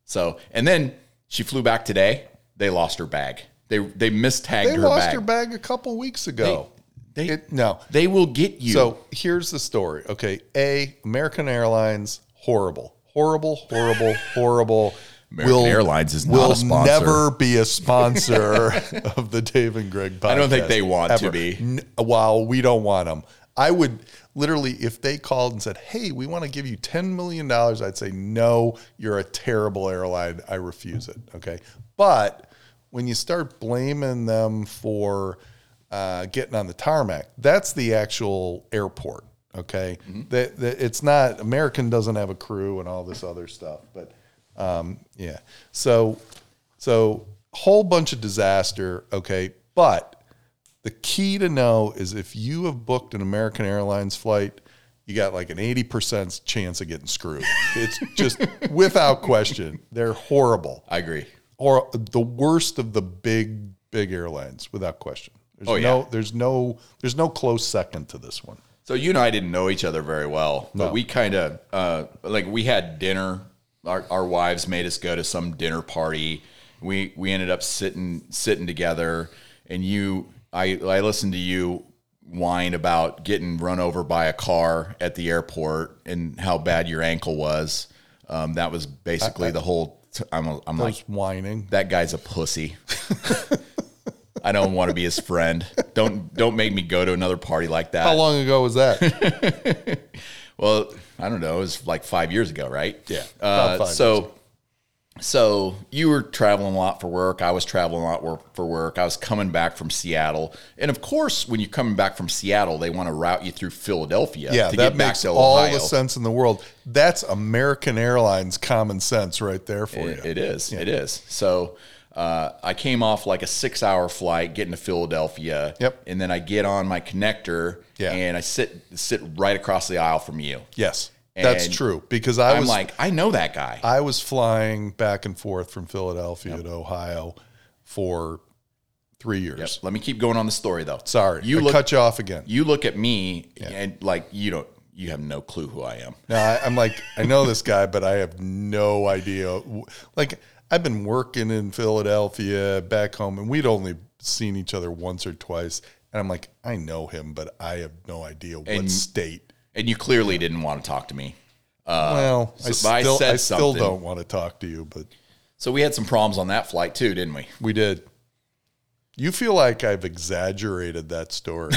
S1: So, and then she flew back today. They lost her bag. They they mistagged
S2: They
S1: her
S2: lost
S1: bag.
S2: her bag a couple weeks ago.
S1: They
S2: It- no.
S1: they will get you.
S2: So here's the story. Okay. A American Airlines horrible, horrible, horrible, horrible.
S1: American Airlines is not
S2: will
S1: a sponsor. [laughs]
S2: never be a sponsor [laughs] of the Dave and Greg podcast. I
S1: don't think they want to be.
S2: While we don't want them, I would literally, if they called and said, "Hey, we want to give you ten million dollars," I'd say, "No, you're a terrible airline. I refuse it." Okay, but when you start blaming them for uh, getting on the tarmac, that's the actual airport. Okay,
S1: Mm-hmm.
S2: that, that it's not American doesn't have a crew and all this other stuff, but um, yeah. So, so whole bunch of disaster. Okay, but the key to know is if you have booked an American Airlines flight, you got like an eighty percent chance of getting screwed. It's
S1: [laughs]
S2: just without question. They're horrible,
S1: I agree.
S2: or the worst of the big big airlines, without question. There's
S1: Oh, yeah.
S2: no, there's no, there's no close second to this one.
S1: So you and I didn't know each other very well, but we kind of uh, like we had dinner. Our, our wives made us go to some dinner party. We we ended up sitting sitting together, and you I I listened to you whine about getting run over by a car at the airport and how bad your ankle was. Um, that was basically the whole. T- I'm a, I'm like
S2: Just whining.
S1: that guy's a pussy. [laughs] I don't want to be his friend. Don't don't make me go to another party like that.
S2: How long ago was that?
S1: Well, I don't know. It was like five years ago, right?
S2: Yeah, about
S1: Uh,
S2: five
S1: so, so you were traveling a lot for work. I was traveling a lot wor- for work. I was coming back from Seattle, and of course, when you're coming back from Seattle, they want to route you through Philadelphia.
S2: Yeah,
S1: to
S2: that
S1: get back
S2: makes
S1: to
S2: all
S1: Ohio.
S2: the sense in the world. That's American Airlines common sense right there for
S1: It-
S2: you.
S1: It is. It is. So uh, I came off like a six hour flight getting to Philadelphia.
S2: Yep.
S1: And then I get on my connector
S2: Yeah.
S1: and I sit sit right across the aisle from you.
S2: Yes, that's
S1: And
S2: true. Because I
S1: I'm
S2: was
S1: like, I know that guy.
S2: I was flying back and forth from Philadelphia to Ohio for three years.
S1: Let me keep going on the story though.
S2: Sorry,
S1: You
S2: I
S1: look
S2: cut you off again.
S1: you look at me and like you don't you have no clue who I am.
S2: No, I, I'm like, I know this guy, but I have no idea. Like, I've been working in Philadelphia, back home, and we'd only seen each other once or twice. And I'm like, I know him, but I have no idea what
S1: And-
S2: state.
S1: And you clearly didn't want to talk to me.
S2: well, I
S1: Uh, so- but I
S2: still,
S1: said
S2: I still
S1: something.
S2: don't want to talk to you, but
S1: So we had some problems on that flight too, didn't we?
S2: we did. You feel like I've exaggerated that story.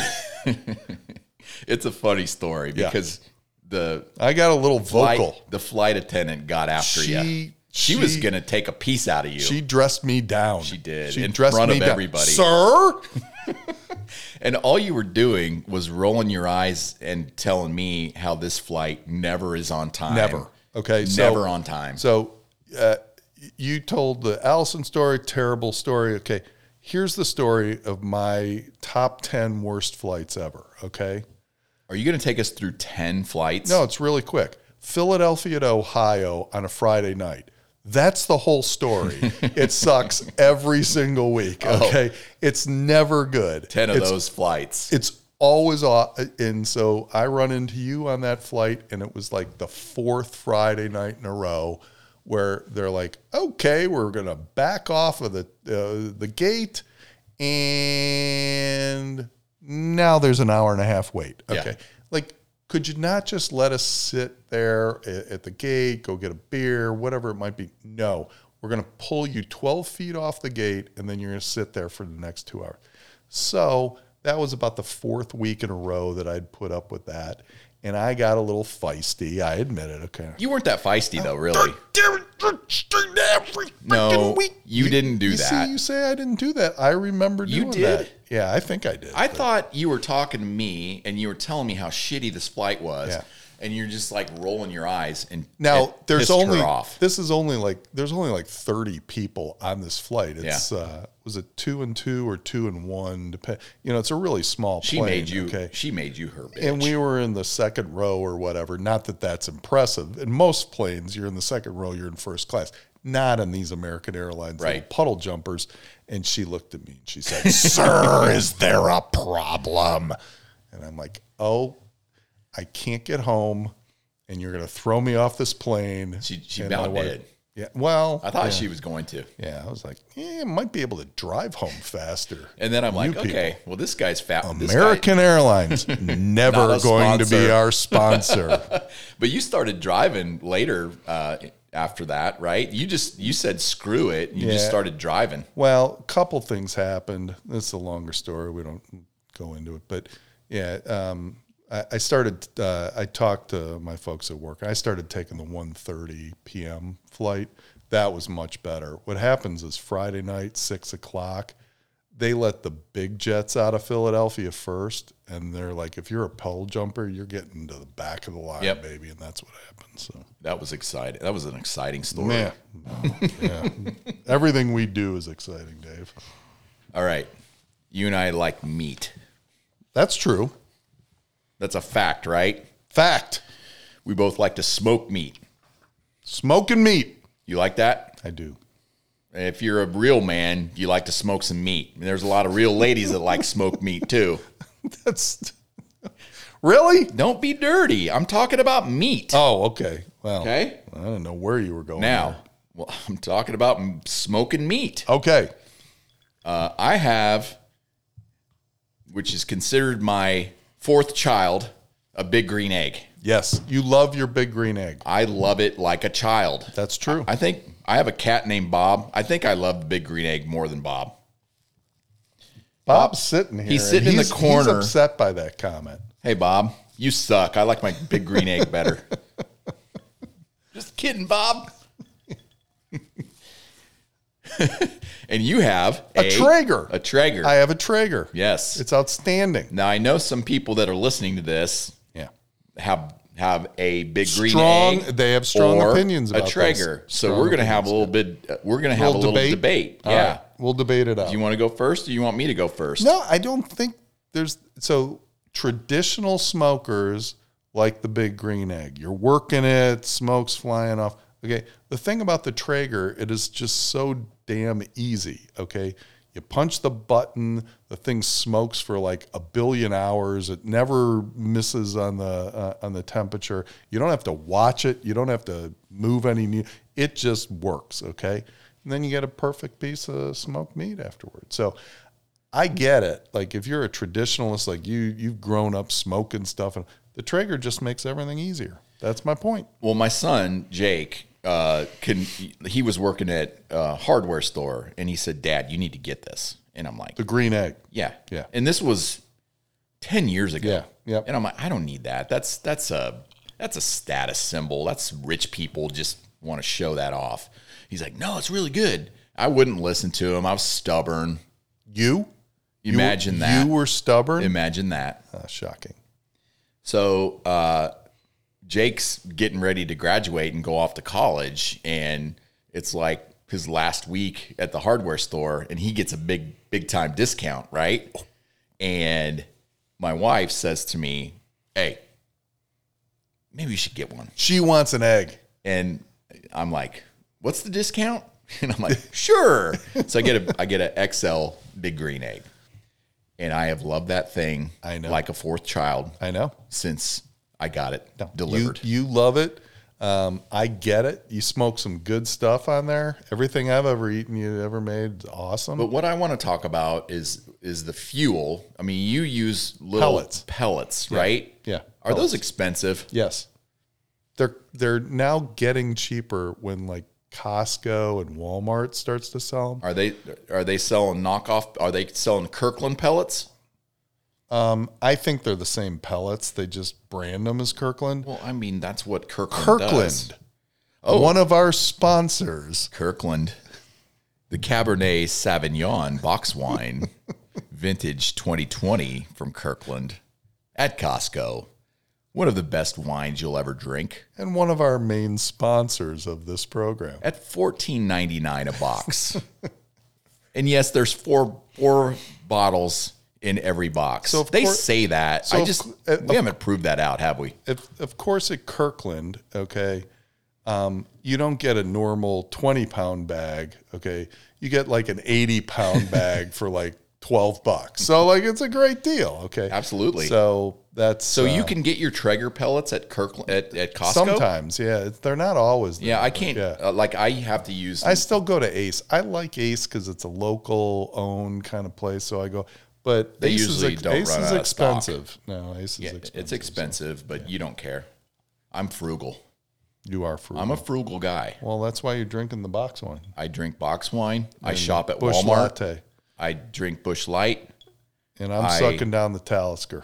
S1: It's a funny story
S2: Yeah.
S1: because the
S2: I got a little
S1: flight,
S2: vocal.
S1: the flight attendant got after
S2: She,
S1: you. She, was gonna take a piece out of you.
S2: She dressed me down. She
S1: did, in front of everybody.
S2: Sir,
S1: and all you were doing was rolling your eyes and telling me how this flight never is on time.
S2: never. Okay, so,
S1: Never on time.
S2: So uh, you told the Allison story, terrible story. Okay, here's the story of my top ten worst flights ever. Okay,
S1: Are you gonna take us through ten flights?
S2: no, it's really quick. Philadelphia to Ohio on a Friday night. That's the whole story. it sucks every single week. Okay. It's never good.
S1: 10 of
S2: it's,
S1: those flights.
S2: It's always aw- and so I run into you on that flight, and it was like the fourth Friday night in a row where they're like, "Okay, we're gonna back off of the uh, the gate," and now there's an hour and a half wait.
S1: Yeah.
S2: Okay, like. Could you not just let us sit there a- at the gate, go get a beer, whatever it might be? No, we're going to pull you 12 feet off the gate and then you're going to sit there for the next two hours. So that was about the fourth week in a row that I'd put up with that. And I got a little feisty. I admit it. Okay.
S1: you weren't that feisty, though, really. No,
S2: No,
S1: you didn't do
S2: you
S1: that.
S2: See, you say I didn't do that. I remember
S1: You
S2: doing
S1: did?
S2: that. Yeah, I think I did.
S1: I thought you were talking to me and you were telling me how shitty this flight was.
S2: Yeah.
S1: And you're just like rolling your eyes and
S2: now
S1: it
S2: there's
S1: pissed her
S2: only
S1: off.
S2: this is only like there's only like 30 people on this flight. It's uh, was it two and two or two and one? Depend. You know, it's a really small.
S1: She
S2: plane,
S1: made you.
S2: okay.
S1: She made you her bitch.
S2: and we were in the second row or whatever. Not that that's impressive. In most planes, you're in the second row, you're in first class. Not in these American Airlines little
S1: Right.
S2: puddle jumpers. And she looked at me and she said,
S1: [laughs]
S2: Sir, is there a problem? And I'm like, Oh, I can't get home and you're going to throw me off this plane.
S1: She- she
S2: And
S1: about
S2: I wanna-
S1: did.
S2: Yeah. Well,
S1: I thought she was going to.
S2: yeah, I was like, eh, I might be able to drive home faster.
S1: And then I'm like,
S2: You
S1: okay, well, this guy's fat. this guy- [laughs]
S2: American Airlines, never
S1: Not a
S2: going to be
S1: sponsor.
S2: our sponsor.
S1: but you started driving later uh, after that, right? You just you said screw it. You just
S2: Yeah.
S1: started driving.
S2: Well, a couple things happened. It's a longer story. We don't go into it, but yeah, um, I, I started. Uh, I talked to my folks at work. I started taking the 1.30 p.m. flight. That was much better. What happens is Friday night, six o'clock. They let the big jets out of Philadelphia first, and they're like, if you're a pole jumper, you're getting to the back of the line,
S1: Yep.
S2: baby, and that's what happened. So,
S1: That was exciting. That was an exciting story.
S2: man, [laughs] yeah. everything we do is exciting, Dave.
S1: All right, you and I like meat.
S2: That's true.
S1: That's a fact, right?
S2: Fact.
S1: We both like to smoke meat.
S2: Smoking meat.
S1: You like that?
S2: I do.
S1: If you're a real man, you like to smoke some meat. And there's a lot of real ladies that like smoked meat too. [laughs]
S2: That's really?
S1: Don't be dirty. I'm talking about meat.
S2: Oh, okay. Well,
S1: Okay.
S2: I don't know where you were going.
S1: Now, well, I'm talking about m- smoking meat.
S2: there. okay.
S1: Uh, I have, which is considered my fourth child, a big green egg.
S2: Yes, you love your big green egg.
S1: I love it like a child.
S2: That's true.
S1: I think I have a cat named Bob. I think I love the big green egg more than Bob.
S2: Bob's sitting here.
S1: He's
S2: and
S1: sitting in the
S2: he's-
S1: corner.
S2: He's upset by that comment.
S1: Hey, Bob, you suck. I like my big green egg better. [laughs] Just kidding, Bob. [laughs] and you have
S2: A Traeger.
S1: A Traeger.
S2: I have a Traeger.
S1: yes.
S2: It's outstanding.
S1: now I know some people that are listening to this
S2: Yeah.
S1: have have a big
S2: Strong-
S1: green egg.
S2: they have strong
S1: or
S2: opinions
S1: a
S2: about this.
S1: Traeger. So
S2: Strong
S1: we're gonna have a little bit. uh, We're gonna have a
S2: Little
S1: little debate.
S2: All
S1: yeah.
S2: right, We'll debate it out.
S1: Do you want to go first, or you want me to go first?
S2: No, I don't think there's so traditional smokers like the big green egg. You're working it, smoke's flying off. Okay. The thing about the Traeger, it is just so damn easy. Okay. You punch the button, the thing smokes for like a billion hours. It never misses on the uh, on the temperature. You don't have to watch it. You don't have to move any. ne- It just works. Okay, and then you get a perfect piece of smoked meat afterward. So I get it. Like if you're a traditionalist, like you, you've grown up smoking stuff, and the Traeger just makes everything easier. That's my point.
S1: Well, my son Jake, uh, can he was working at a hardware store, and he said, "Dad, you need to get this." And I'm like,
S2: The green egg.
S1: "Yeah,
S2: Yeah.
S1: And this was ten years ago.
S2: Yeah, yep.
S1: And I'm like, "I don't need that. That's that's a that's a status symbol. That's rich people just want to show that off." He's like, "No, it's really good." I wouldn't listen to him. I was stubborn.
S2: You
S1: Imagine
S2: you,
S1: that.
S2: You were stubborn.
S1: Imagine that.
S2: Ah, shocking.
S1: So uh, Jake's getting ready to graduate and go off to college, and it's like his last week at the hardware store, and he gets a big big time discount, right? And my wife says to me, "Hey, maybe you should get one."
S2: She wants an egg.
S1: And I'm like, what's the discount? [laughs] And I'm
S2: [laughs]
S1: like, sure. So I get a I get an XL big green egg. And I have loved that thing
S2: I know.
S1: like a fourth child
S2: I know.
S1: since I got it
S2: No, you-
S1: delivered.
S2: You, love it. Um, I get it. You smoke some good stuff on there. Everything I've ever eaten, you ever made, is awesome.
S1: But what I want to talk about is is the fuel. I mean, you use little
S2: Pellets.
S1: pellets, right?
S2: yeah.
S1: Are those expensive?
S2: Yes. They're they're now getting cheaper when like Costco and Walmart starts to sell them.
S1: Are they are they selling knockoff? Are they selling Kirkland pellets?
S2: Um, I think they're the same pellets. They just brand them as Kirkland.
S1: Well, I mean, that's what Kirkland. does.
S2: Kirkland,
S1: Oh.
S2: one of our sponsors.
S1: Kirkland, the Cabernet Sauvignon box wine, [laughs] vintage 2020 from Kirkland at Costco. One of the best wines you'll ever drink
S2: And one of our main sponsors of this program.
S1: at 14.99 a box. [laughs] and yes, there's four four bottles in every box. So
S2: of
S1: they
S2: cour-
S1: say that.
S2: so
S1: I
S2: of
S1: just
S2: cou- uh,
S1: we haven't proved that out, have we?
S2: If, of course, at Kirkland, okay, um, you don't get a normal 20 pound bag, okay? You get like an
S1: [laughs]
S2: 80 pound bag for like 12 bucks. So, like, it's a great deal, okay?
S1: Absolutely. So,
S2: So that's uh,
S1: you can get your Traeger pellets at Kirkland at, at Costco.
S2: sometimes, yeah, it's- they're not always. There.
S1: Yeah, I can't.
S2: Yeah.
S1: Uh, like I have to use.
S2: I still go to Ace. I like Ace because it's a local owned kind of place, so I go. But
S1: They
S2: Ace
S1: usually
S2: is, ex-
S1: don't
S2: Ace
S1: run
S2: is
S1: out of stock.
S2: expensive. No, Ace is expensive.
S1: It's expensive, but you don't care. I'm frugal.
S2: you are frugal.
S1: I'm a frugal guy.
S2: well, that's why you're drinking the box wine.
S1: I drink box wine. I shop at
S2: Bush
S1: Walmart.
S2: latte,
S1: I drink Bush Light.
S2: and I'm
S1: I-
S2: sucking down the Talisker.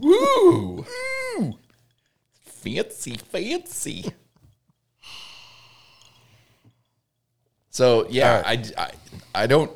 S1: Woo! Fancy, fancy. So yeah, I, I I don't.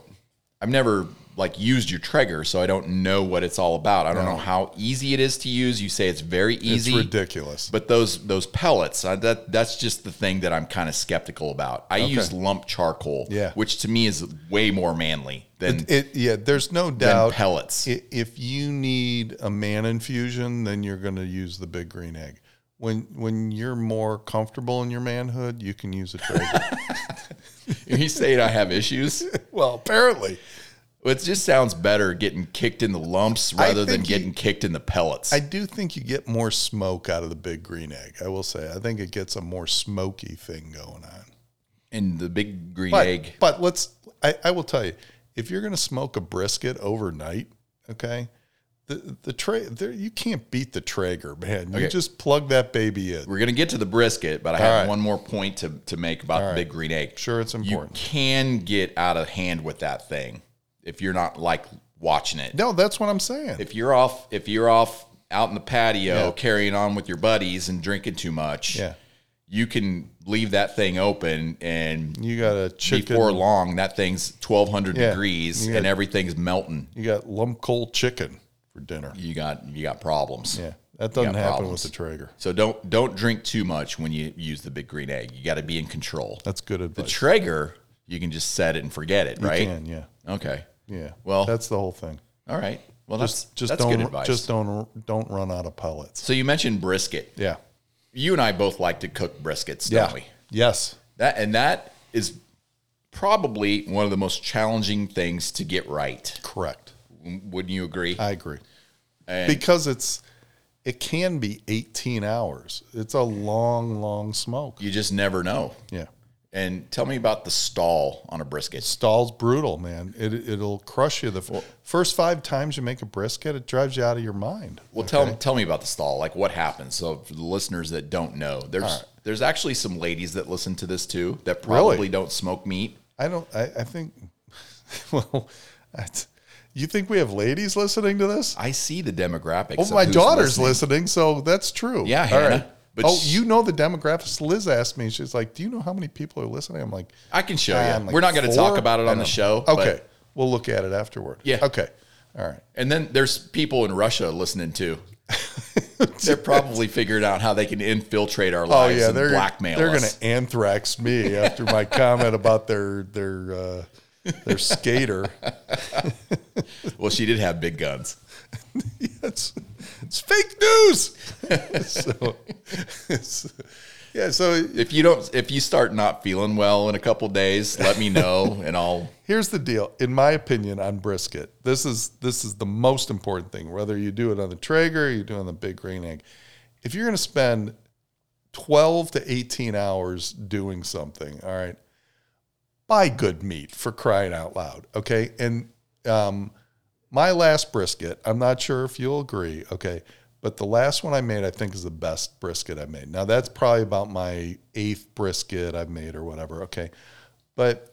S1: I've never like used your Traeger, so I don't know what it's all about. I don't know how easy it is to use. You say it's very easy.
S2: It's ridiculous.
S1: But those those pellets, I, that that's just the thing that I'm kind of skeptical about. I use lump charcoal,
S2: Yeah.
S1: which to me is way more manly than,
S2: it, yeah, there's no
S1: than
S2: doubt.
S1: pellets.
S2: I- if you need a man infusion, then you're going to use the big green egg. When when you're more comfortable in your manhood, you
S1: [laughs]
S2: can use a Traeger.
S1: [laughs] you saying I have issues?
S2: well, apparently,
S1: It just sounds better getting kicked in the lumps rather than
S2: think you-
S1: getting kicked in the pellets.
S2: I do think you get more smoke out of the big green egg. I will say, I think it gets a more smoky thing going on.
S1: and the big green
S2: But,
S1: egg.
S2: but let's. I, I will tell you, if you're going to smoke a brisket overnight, okay, the the tray there you can't beat the Traeger, man. You just plug that baby in.
S1: We're gonna get to the brisket, but I have
S2: right.
S1: one more point to, to make about the big green egg.
S2: Sure, it's
S1: You
S2: important.
S1: can get out of hand with that thing if you're not like watching it.
S2: no, that's what I'm saying.
S1: if you're off if you're off out in the patio
S2: Yeah.
S1: carrying on with your buddies and drinking too much,
S2: yeah.
S1: you can leave that thing open and
S2: You got a chicken.
S1: before long that thing's twelve hundred
S2: Yeah.
S1: degrees
S2: You
S1: and everything's melting.
S2: you got lump cold chicken for dinner.
S1: You got you got problems.
S2: Yeah, that doesn't
S1: got
S2: happen
S1: problems.
S2: with the Traeger.
S1: So don't don't drink too much when you use the big green egg. You got to be in control.
S2: That's good advice.
S1: Traeger, you can just set it and forget it, right?
S2: Can, yeah,
S1: Okay.
S2: yeah.
S1: Well-
S2: that's the whole thing.
S1: All right. Well,
S2: Just
S1: that's
S2: just
S1: that's
S2: don't
S1: good advice.
S2: just don't don't run out of pellets.
S1: so you mentioned brisket.
S2: Yeah,
S1: You and I both like to cook briskets,
S2: yeah,
S1: don't we?
S2: yes.
S1: That and that is probably one of the most challenging things to get right.
S2: Correct.
S1: Wouldn't you agree?
S2: I agree.
S1: And-
S2: because it's it can be 18 hours. It's a long long smoke.
S1: you just never know.
S2: Yeah.
S1: And tell me about the stall on a brisket.
S2: Stall's brutal, man. It it'll crush you the f- first 5 times you make a brisket, it drives you out of your mind.
S1: Well, tell tell me about the stall. Like what happens? So for the listeners that don't know, there's there's actually some ladies that listen to this too that probably don't smoke meat.
S2: I don't I, I think [laughs] well, that's, you think we have ladies listening to this?
S1: I see the demographics.
S2: Well, my daughter's listening. so that's true.
S1: Yeah,
S2: All
S1: Hannah, but
S2: oh,
S1: she-
S2: you know the demographics. Liz asked me. She's like, "Do you know how many people are listening?" I'm like,
S1: I can show you.
S2: I'm like
S1: We're not going to
S2: four?
S1: talk about it
S2: I
S1: on the
S2: don't-
S1: show. but-
S2: Okay. we'll look at it afterward.
S1: Yeah.
S2: Okay. All right.
S1: And then there's people in Russia listening
S2: [laughs]
S1: too. they're probably figuring out how they can infiltrate our
S2: Oh
S1: lives
S2: yeah,
S1: and
S2: they're
S1: blackmail
S2: they're
S1: us.
S2: gonna anthrax me after my comment about their their uh, their skater.
S1: Well, she did have big guns.
S2: [laughs] it's, it's fake news. so, it's, Yeah. So
S1: If you don't, if you start not feeling well in a couple days, let me know, and I'll.
S2: here's the deal in my opinion on brisket this is this is the most important thing whether you do it on the traeger or you do it on the big green egg if you're going to spend 12 to 18 hours doing something all right buy good meat for crying out loud okay and um, my last brisket i'm not sure if you'll agree okay but the last one i made i think is the best brisket i made now that's probably about my eighth brisket i've made or whatever okay but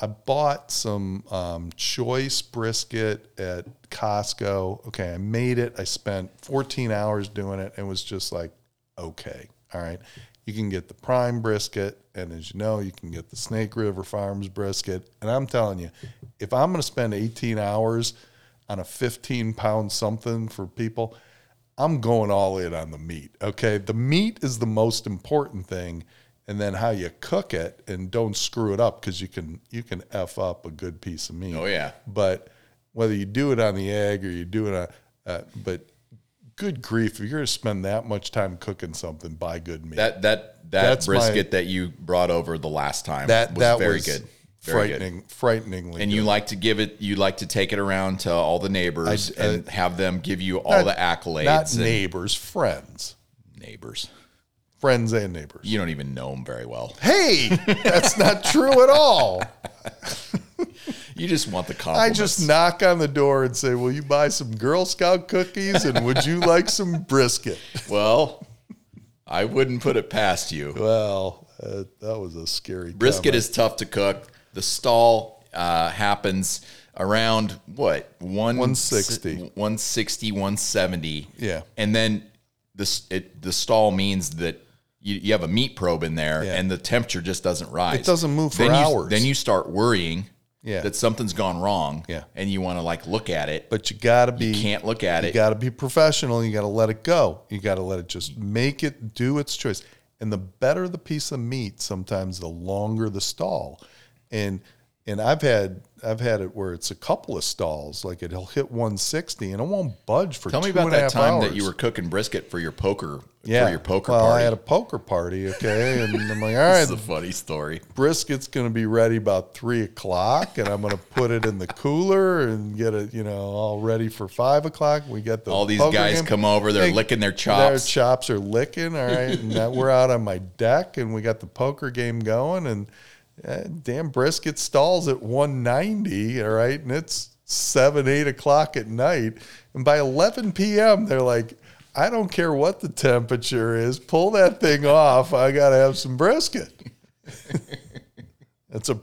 S2: I bought some um, choice brisket at Costco. Okay, I made it. I spent 14 hours doing it and was just like, okay, all right. You can get the prime brisket, and as you know, you can get the Snake River Farms brisket. And I'm telling you, if I'm going to spend 18 hours on a 15 pound something for people, I'm going all in on the meat. Okay. The meat is the most important thing. And then how you cook it and don't screw it up because you can you can F up a good piece of meat.
S1: Oh yeah,
S2: But whether you do it on the egg or you do it on, uh, but good grief, if you're going to spend that much time cooking something, buy good meat.
S1: that that that
S2: That's my-
S1: brisket that you brought over the last time
S2: that
S1: was
S2: that
S1: very
S2: was
S1: good, very good.
S2: frightening, frighteningly.
S1: And you like to give it, you like to take it around to all the neighbors
S2: I- I-
S1: and have them give you all the accolades.
S2: not
S1: and
S2: neighbors, friends,
S1: neighbors.
S2: friends and neighbors.
S1: You don't even know them very well.
S2: Hey, [laughs] that's not true at all.
S1: You just want the
S2: I
S1: compliments.
S2: just knock on the door and say, "Will you buy some Girl Scout cookies and would you like [laughs] some brisket?"
S1: well, I wouldn't put it past you.
S2: Well, uh, that was a scary
S1: Brisket is tough to cook. The stall uh, happens around what? One,
S2: 160.
S1: 160, 170.
S2: Yeah.
S1: And then this it, the stall means that you, you have a meat probe in there
S2: Yeah.
S1: and the temperature just doesn't rise.
S2: It doesn't move for
S1: then you,
S2: hours.
S1: Then you start worrying
S2: Yeah.
S1: that something's gone wrong.
S2: Yeah.
S1: And you want to like look at it, but
S2: But you gotta be
S1: can't look at
S2: You
S1: it.
S2: got to be professional. You got to let it go. You got to let it just make it do its choice. And the better the piece of meat, sometimes the longer the stall. And and I've had I've had it where it's a couple of stalls. Like it'll hit 160 and it won't budge for.
S1: Tell me
S2: two
S1: about
S2: and a
S1: that
S2: half
S1: time
S2: hours.
S1: that you were cooking brisket for your poker
S2: yeah.
S1: for your poker
S2: well, I
S1: party.
S2: had a poker party. Okay, and I'm like, all
S1: [laughs]
S2: right,
S1: That's a funny story.
S2: brisket's going to be ready about three o'clock, and I'm going to put it in the cooler and get it, you know, all ready for five o'clock. We get the
S1: All these
S2: poker
S1: guys
S2: game.
S1: come over, they're
S2: Hey,
S1: licking their
S2: Their
S1: chops.
S2: chops are licking. All right, and now we're out on my deck, and we got the poker game going, and uh, damn brisket stalls at 190. All right, and it's seven, eight o'clock at night, and by 11 p.m. they're like. I don't care what the temperature is. Pull that thing off. I got to have some brisket. That's a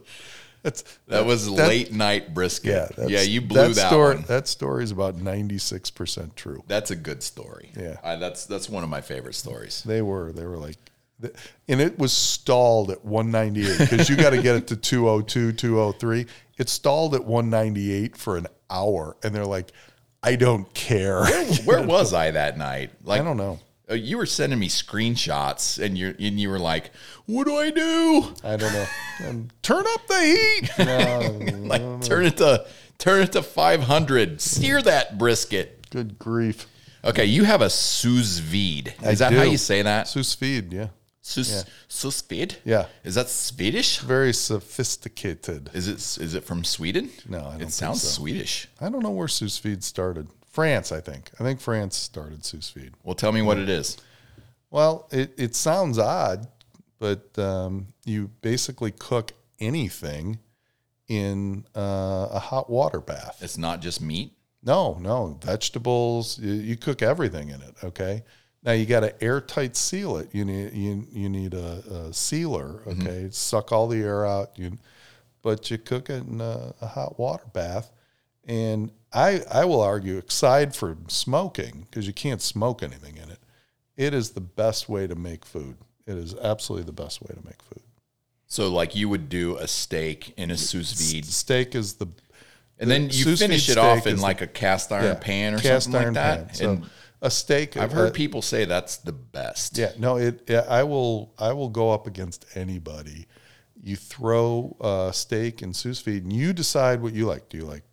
S2: that's
S1: That was late night brisket.
S2: yeah that's-
S1: yeah, you blew
S2: that
S1: that,
S2: story.
S1: one.
S2: That story is about ninety six percent true.
S1: That's a good story.
S2: Yeah.
S1: I, that's that's one of my favorite stories.
S2: They were they were like, th- and it was stalled at one ninety eight because you got to get it to [laughs] 202, 203. It stalled at one ninety eight for an hour, and they're like, I don't care.
S1: Where was I that night? Like
S2: [laughs] I don't know.
S1: uh, you were sending me screenshots, and you and you were like, "What do I do? [laughs]
S2: I don't know. And turn up the heat. [laughs] No,
S1: Like turn it to turn it to five hundred. Sear that brisket."
S2: good grief.
S1: Okay, you have a sous vide. Is that
S2: do.
S1: how you say that?
S2: Sous vide, yeah,
S1: Sous sous vide.
S2: Yeah.
S1: Is that Swedish?
S2: very sophisticated.
S1: Is it is it from Sweden?
S2: No, I don't
S1: it
S2: think
S1: sounds Swedish.
S2: I don't know where sous vide started. France, I think. I think France started sous vide.
S1: Well, tell me what it is.
S2: Well, it, it sounds odd, but um, you basically cook anything in uh, a hot water bath.
S1: It's not just meat.
S2: No, no, vegetables. You, you cook everything in it. Okay. Now you got to airtight seal it. You need you you need a, a sealer.
S1: Mm-hmm.
S2: Okay, suck all the air out. You, but you cook it in a, a hot water bath, and I I will argue, aside from smoking, because you can't smoke anything in it, it is the best way to make food. It is absolutely the best way to make food.
S1: So like you would do a steak in a sous vide,
S2: Steak is the
S1: and then you
S2: sous
S1: finish
S2: vide
S1: it off
S2: steak
S1: in
S2: is
S1: like a cast iron
S2: yeah,
S1: pan or
S2: cast
S1: something
S2: iron
S1: like that.
S2: pan. So
S1: and
S2: a steak.
S1: I've
S2: uh,
S1: heard people say that's the best.
S2: Yeah, no, it. Yeah, I will. I will go up against anybody. You throw uh, steak and sous vide, and you decide what you like. Do you like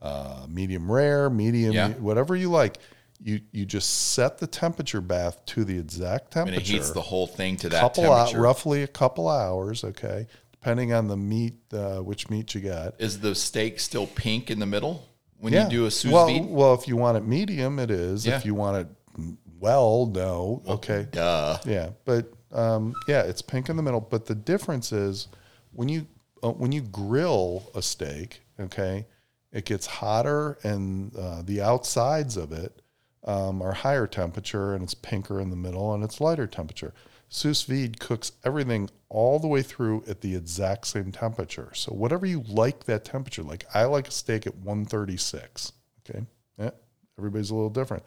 S2: uh, medium rare, medium,
S1: Yeah.
S2: whatever you like? You you just set the temperature bath to the exact
S1: And
S2: temperature.
S1: it heats the whole thing to that
S2: couple out,
S1: temperature.
S2: roughly a couple hours, okay, depending on the meat, uh, which meat you got.
S1: Is the steak still pink in the middle when
S2: yeah.
S1: you do a sous
S2: well,
S1: vide?
S2: well, if you want it medium, it is.
S1: Yeah.
S2: If you want it mm, well, no, okay,
S1: Duh.
S2: yeah, but um, yeah, it's pink in the middle. But the difference is when you uh, when you grill a steak, okay, it gets hotter, and uh, the outsides of it um, are higher temperature, and it's pinker in the middle, and it's lighter temperature. Sous vide cooks everything all the way through at the exact same temperature. So whatever you like that temperature, like I like a steak at 136. Okay, yeah, everybody's a little different.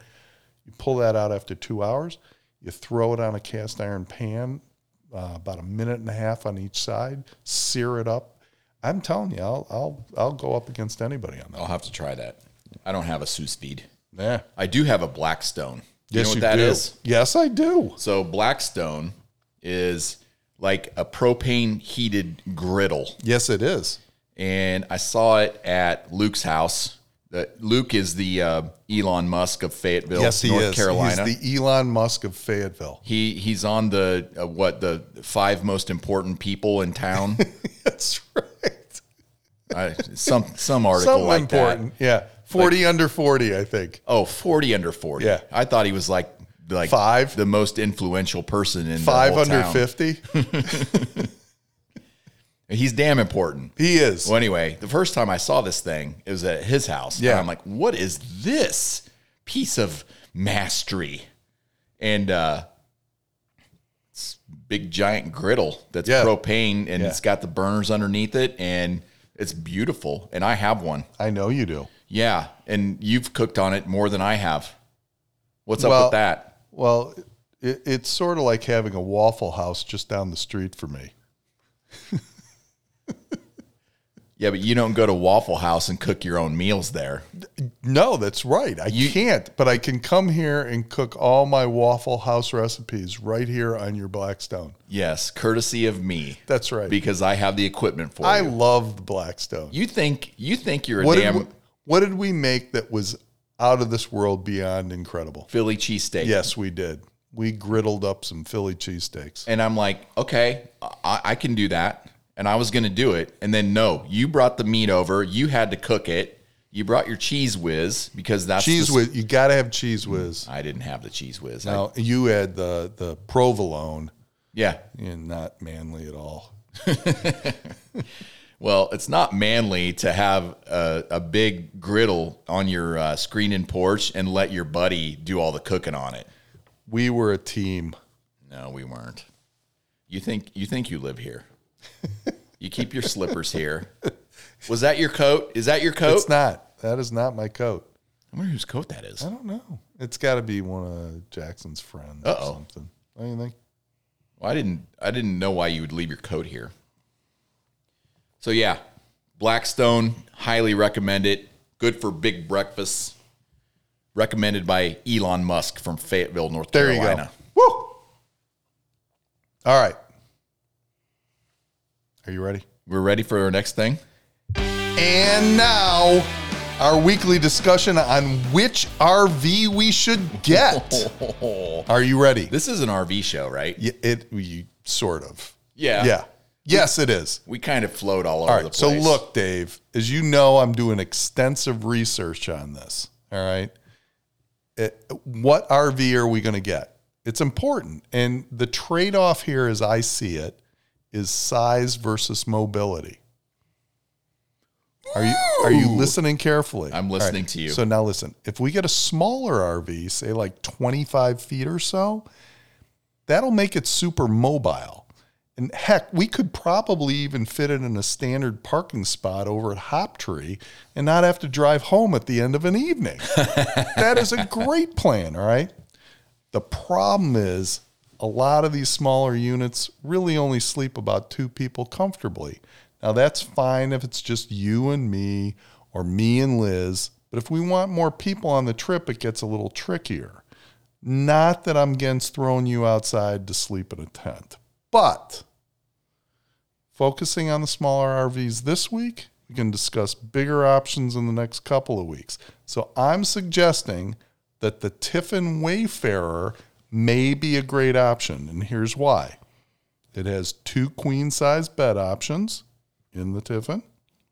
S2: You pull that out after two hours. You throw it on a cast iron pan, uh, about a minute and a half on each side. Sear it up. I'm telling you, I'll I'll I'll go up against anybody on that.
S1: I'll have to try that. I don't have a sous vide.
S2: Yeah.
S1: I do have a Blackstone. You
S2: Yes,
S1: know
S2: you
S1: what that
S2: do.
S1: is?
S2: Yes, I do.
S1: So Blackstone is like a propane heated griddle.
S2: Yes, it is.
S1: and I saw it at Luke's house. That Luke is the uh, Elon Musk of Fayetteville,
S2: Yes, he
S1: North
S2: is.
S1: Carolina.
S2: He's the Elon Musk of Fayetteville. [laughs]
S1: he he's on the uh, what the five most important people in
S2: [laughs]
S1: town.
S2: That's right.
S1: I, some some article
S2: Something
S1: like that.
S2: important. Yeah. 40 under 40, I think.
S1: Oh, 40 under 40.
S2: Yeah.
S1: I thought he was like like
S2: Five?
S1: the most influential person in
S2: Five
S1: the whole
S2: under
S1: town.
S2: 50.
S1: He's damn important.
S2: He is.
S1: Well, anyway, the first time I saw this thing, it was at his house.
S2: Yeah.
S1: And I'm like, what is this piece of mastery? And uh, it's a big giant griddle that's
S2: Yeah.
S1: propane and
S2: Yeah.
S1: it's got the burners underneath it and it's beautiful. And I have one.
S2: I know you do.
S1: Yeah. And you've cooked on it more than I have. What's up
S2: Well-
S1: with that?
S2: Well, it, it's sort of like having a Waffle House just down the street for me.
S1: Yeah, but you don't go to Waffle House and cook your own meals there.
S2: No, that's right. I can't, but I can come here and cook all my Waffle House recipes right here on your Blackstone.
S1: Yes, courtesy of me
S2: That's right.
S1: because I have the equipment for
S2: I
S1: you.
S2: love the Blackstone.
S1: You think you think you're a
S2: What did,
S1: damn
S2: we, what did we make that was out of this world beyond incredible?
S1: Philly cheesesteak.
S2: Yes, we did. We griddled up some Philly cheesesteaks.
S1: And I'm like, okay, I, I can do that. And I was going to do it. And then, no, you brought the meat over. You had to cook it. You brought your cheese whiz because that's
S2: Cheese
S1: the-
S2: whiz, you got to have cheese whiz.
S1: I didn't have the cheese whiz. I-
S2: Now, you had the the provolone
S1: yeah.
S2: and not manly at all.
S1: Well, it's not manly to have a, a big griddle on your uh, screen and porch and let your buddy do all the cooking on it.
S2: We were a team.
S1: No, we weren't. You think you think you live here? you keep your slippers here. Was that your coat? Is that your coat?
S2: It's not. That is not my coat.
S1: I wonder whose coat that is.
S2: I don't know. It's got to be one of Jackson's friends
S1: Uh-oh.
S2: or something. Don't you think?
S1: Well, I didn't. I didn't know why you would leave your coat here. So yeah, Blackstone highly recommend it. Good for big breakfasts. Recommended by Elon Musk from Fayetteville, North
S2: There
S1: Carolina.
S2: you go. Woo! All right. Are you ready?
S1: We're ready for our next
S2: [laughs]
S1: thing.
S2: And now, our weekly discussion on which RV we should [laughs] get. Are you ready?
S1: This is an RV show, right?
S2: Y- It you, sort of.
S1: Yeah.
S2: Yeah. Yes, it is.
S1: We kind of float all over
S2: All
S1: the
S2: right.
S1: place.
S2: So look, Dave, as you know, I'm doing extensive research on this. All right. It- what RV are we going to get? It's important. And the trade off here, as I see it, is size versus mobility. Are you, are you listening carefully?
S1: I'm
S2: All right,
S1: listening to you.
S2: So now listen, if we get a smaller RV, say like 25 feet or so, that'll make it super mobile. And heck, we could probably even fit it in a standard parking spot over at Hoptree and not have to drive home at the end of
S1: [laughs]
S2: an evening. that is a great plan, all right? The problem is a lot of these smaller units really only sleep about two people comfortably. Now, that's fine if it's just you and me or me and Liz, but if we want more people on the trip, it gets a little trickier. Not that I'm against throwing you outside to sleep in a tent, but focusing on the smaller RVs this week, we can discuss bigger options in the next couple of weeks. So I'm suggesting that the Tiffin Wayfarer may be a great option, and here's why. It has two queen size bed options in the Tiffin.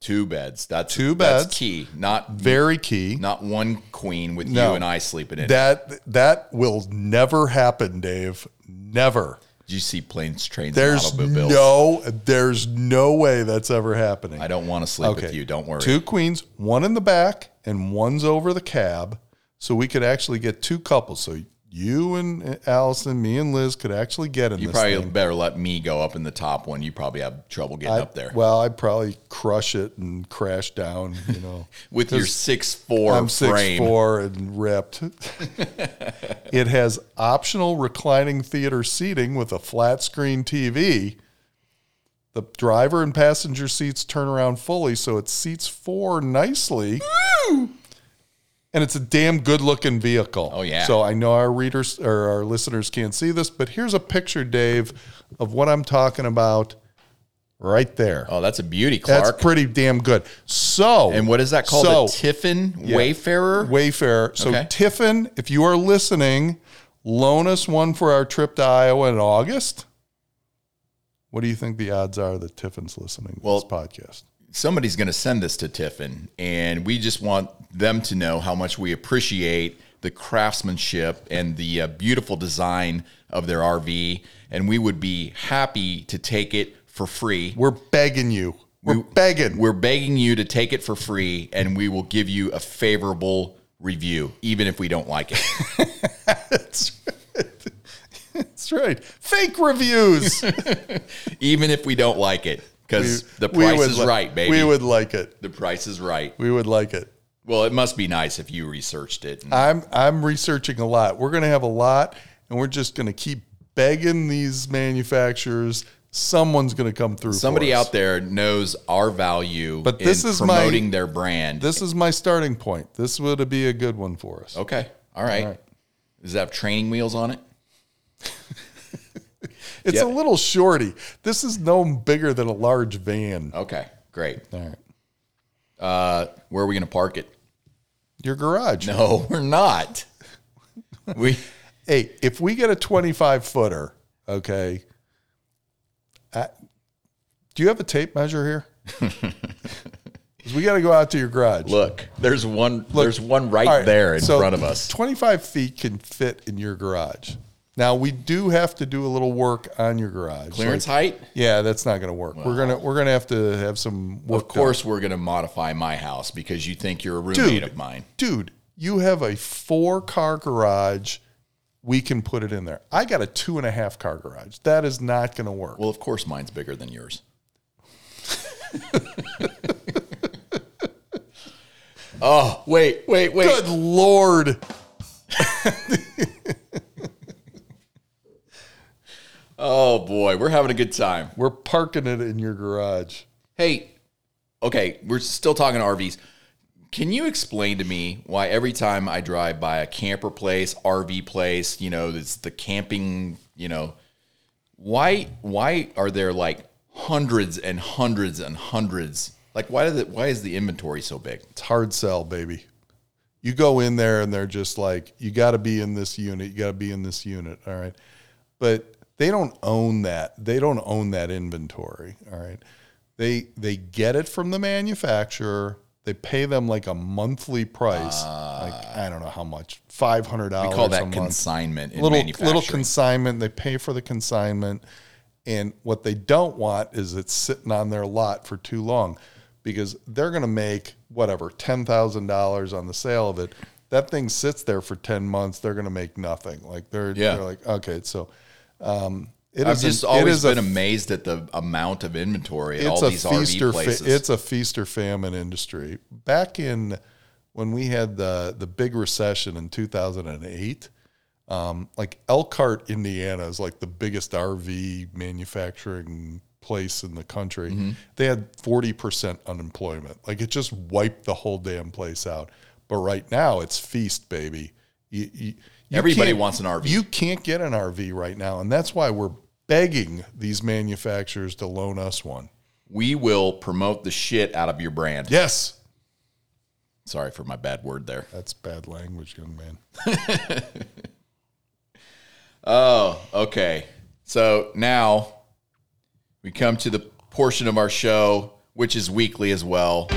S1: Two beds. That's
S2: Two beds.
S1: That's key. Not
S2: Very key.
S1: not one queen with
S2: No.
S1: you and I sleeping in. it.
S2: That that will never happen, Dave. Never.
S1: Did you see planes, trains,
S2: There's
S1: and automobiles?
S2: no there's no way that's ever happening.
S1: I don't want to sleep with
S2: Okay.
S1: you. Don't worry.
S2: Two queens, one in the back and one's over the cab. So we could actually get two couples. So you and uh, Allison, me and Liz could actually get in
S1: you
S2: this
S1: probably
S2: thing.
S1: better let me go up in the top one. You probably have trouble getting up there
S2: Well, I'd probably crush it and crash down,
S1: [laughs]
S2: you know.
S1: with your six four
S2: I'm six
S1: frame.
S2: four and ripped.
S1: [laughs]
S2: it has optional reclining theater seating with a flat screen TV. The driver and passenger seats turn around fully, so it seats four nicely. And it's a damn good looking vehicle.
S1: Oh, yeah.
S2: So I know our readers or our listeners can't see this, but here's a picture, Dave, of what I'm talking about right there.
S1: Oh, that's a beauty, Clark.
S2: That's pretty damn good. So
S1: and what is that called?
S2: So
S1: the Tiffin Wayfarer.
S2: Wayfair. So
S1: Okay.
S2: Tiffin, if you are listening, loan us one for our trip to Iowa in August. What do you think the odds are that Tiffin's listening to
S1: Well-
S2: this podcast?
S1: Somebody's going to send this to Tiffin, and we just want them to know how much we appreciate the craftsmanship and the uh, beautiful design of their RV. And we would be happy to take it for free.
S2: We're begging you. We're begging.
S1: We're begging you to take it for free, and we will give you a favorable review, even if we don't like
S2: [laughs]
S1: it.
S2: That's right. That's right.
S1: [laughs]
S2: Fake reviews.
S1: even if we don't like it, because the
S2: [laughs] We
S1: price
S2: would
S1: is
S2: li-
S1: right, baby.
S2: We would like it.
S1: the price is right.
S2: We would like it.
S1: Well, it must be nice if you researched it. and-
S2: I'm I'm researching a lot. We're going to have a lot, and we're just going to keep begging these manufacturers. Someone's going to come through. for
S1: Somebody
S2: us.
S1: out there knows our value,
S2: But this
S1: in
S2: is my-
S1: promoting their brand.
S2: This is my starting point. This would be a good one for us.
S1: okay, all right. Does it have training wheels on it?
S2: It's a
S1: yeah.
S2: little shorty. This is no bigger than a large van.
S1: Okay, great.
S2: All right.
S1: Uh, where are we going to park it?
S2: Your garage.
S1: No, [laughs] we're not. we
S2: Hey, if we get a 25 footer, okay. I, do you have a tape measure
S1: [laughs]
S2: here? 'Cause we got to go out to your garage.
S1: look. There's one. there's one right,
S2: All right,
S1: there in
S2: so
S1: front of us.
S2: 25 feet can fit in your garage. Now, we do have to do a little work on your garage.
S1: Clearance
S2: Like,
S1: height.
S2: yeah, that's not going to work. we're going to we're going to have to have some work
S1: Of course, we're going to modify my house because you think you're a roommate
S2: Dude.
S1: of mine.
S2: dude, you have a four car garage. We can put it in there. I got a two and a half car garage. That is not going to work.
S1: Well, of course, mine's bigger than
S2: [laughs]
S1: yours. oh, wait, wait, wait.
S2: Good lord.
S1: Oh, boy, we're having a good time.
S2: We're parking it in your garage.
S1: Hey, okay, we're still talking RVs. Can you explain to me why every time I drive by a camper place, RV place, you know, it's the camping, you know, why why are there like hundreds and hundreds and hundreds? Like why did it, why is the inventory so big?
S2: It's hard sell, baby. You go in there and they're just like, you got to be in this unit. You got to be in this unit. All right. But they don't own that. They don't own that inventory. All right. They they get it from the manufacturer. They pay them like a monthly price. like I don't know how much, five hundred dollars.
S1: Ah. call
S2: a
S1: that
S2: month
S1: consignment in
S2: little
S1: manufacturing.
S2: little consignment. They pay for the consignment, and what they don't want is it's sitting on their lot for too long, because they're going to make whatever ten thousand dollars on the sale of it. That thing sits there for ten months. They're going to make nothing. Like they're
S1: Yeah.
S2: they're like okay, so um, it
S1: I've
S2: is
S1: just
S2: an- it
S1: always
S2: is a
S1: been amazed at the amount of inventory at
S2: it's
S1: all
S2: a
S1: these
S2: feast
S1: RV
S2: or
S1: places.
S2: fa- it's a feast or famine industry. Back in when we had the the big recession in 2008, um, like Elkhart, Indiana is like the biggest RV manufacturing place in the country.
S1: Mm-hmm.
S2: They had 40% unemployment. Like it just wiped the whole damn place out. But right now it's feast, baby. You- you- you
S1: Everybody
S2: can't-
S1: wants an RV.
S2: you can't get an RV right now, and that's why we're begging these manufacturers to loan us one.
S1: we will promote the shit out of your brand.
S2: Yes.
S1: Sorry for my bad word there.
S2: That's bad language, young man.
S1: Oh, okay. So now we come to the portion of our show which is weekly as well.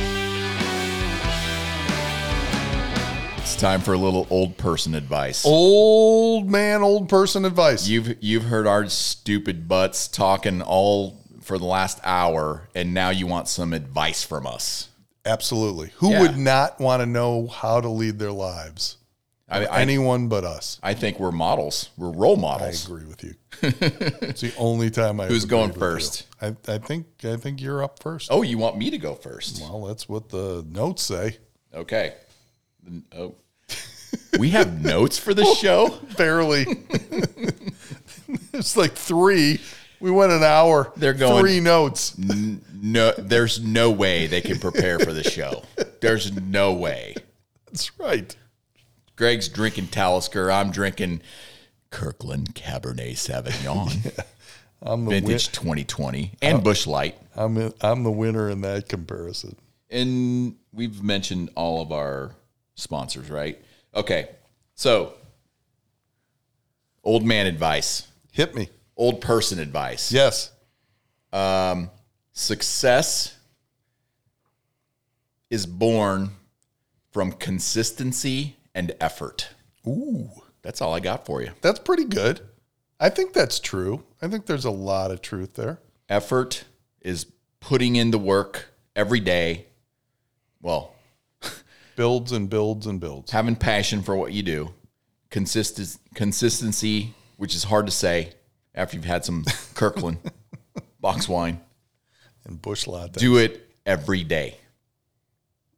S1: It's time for a little old person advice.
S2: Old man, old person advice.
S1: You've you've heard our stupid butts talking all for the last hour, and now you want some advice from us.
S2: Absolutely. Who
S1: Yeah.
S2: would not want to know how to lead their lives?
S1: I, I,
S2: Anyone but us.
S1: I think we're models. We're role
S2: I
S1: models. [laughs]
S2: agree with you. it's the only time I.
S1: Who's
S2: ever
S1: going
S2: agreed with
S1: first?
S2: you. I, I think I think you're up first.
S1: Oh, you want me to go first?
S2: Well, that's what the notes say.
S1: Okay. N- Oh. we have notes for this show.
S2: Barely. [laughs] it's like three. We went an hour.
S1: They're going-
S2: three notes.
S1: N- No, there's no way they can prepare for the show. There's no way.
S2: That's right.
S1: Greg's drinking Talisker. I'm drinking Kirkland Cabernet Sauvignon,
S2: I'm the win-
S1: vintage 2020, and Bush Light.
S2: I'm in, I'm the winner in that comparison.
S1: and we've mentioned all of our sponsors, right? Okay. So, old man advice,
S2: Hit me.
S1: old person advice.
S2: Yes.
S1: Success is born from consistency and effort.
S2: Ooh.
S1: That's all I got for you.
S2: That's pretty good. I think that's true. I think there's a lot of truth there.
S1: Effort is putting in the work every day. Well,
S2: Builds and builds and builds.
S1: having passion for what you do, consistent consistency, which is hard to say after you've had some Kirkland box wine.
S2: And bush lot. that-
S1: Do it every day.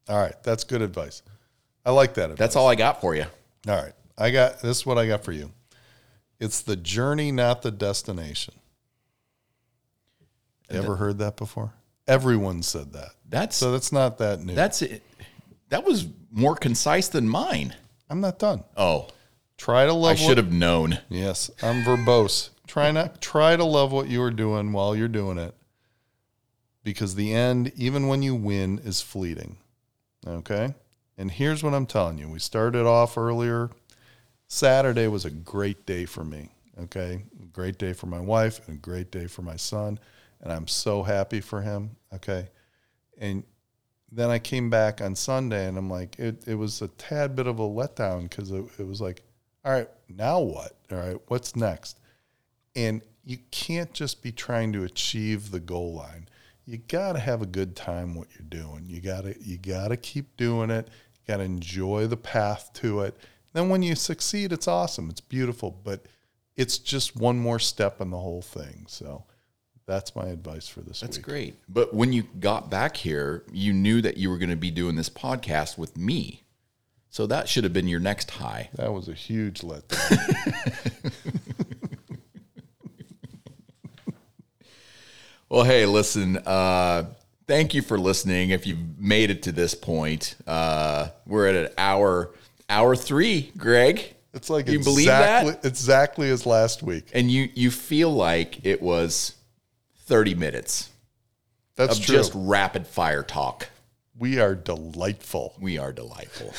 S2: All right. That's good advice. I like that. advice.
S1: That's all I got for you.
S2: All right. I got this is what I got for you. It's the journey, not the destination. Ever heard that before? Everyone said that.
S1: That's
S2: So that's not that new.
S1: that's it. That was more concise than mine.
S2: I'm not done.
S1: Oh,
S2: Try to
S1: I
S2: love
S1: should
S2: what,
S1: have known.
S2: Yes, I'm verbose. try not try to love what you are doing while you're doing it. Because the end, even when you win, is fleeting. Okay? And here's what I'm telling you. We started off earlier. Saturday was a great day for me. Okay? Great day for my wife and a great day for my son. And I'm so happy for him. Okay. And then I came back on Sunday and I'm like, it, it was a tad bit of a letdown because it, it was like, all right, now what? All right, what's next? And you can't just be trying to achieve the goal line. You got to have a good time what you're doing. You got to you got to keep doing it. You got to enjoy the path to it. Then when you succeed, it's awesome. It's beautiful, but it's just one more step in the whole thing. So that's my advice for this
S1: That's
S2: week.
S1: great. But when you got back here, you knew that you were going to be doing this podcast with me. So that should have been your next high.
S2: That was a huge letdown.
S1: Well, hey, listen, uh, thank you for listening. If you've made it to this point, uh, we're at an hour, hour three, Greg.
S2: It's like
S1: You believe that?
S2: exactly exactly as last week.
S1: And you, you feel like it was 30 minutes
S2: That's
S1: of
S2: true.
S1: just rapid fire talk.
S2: we are delightful.
S1: We are delightful.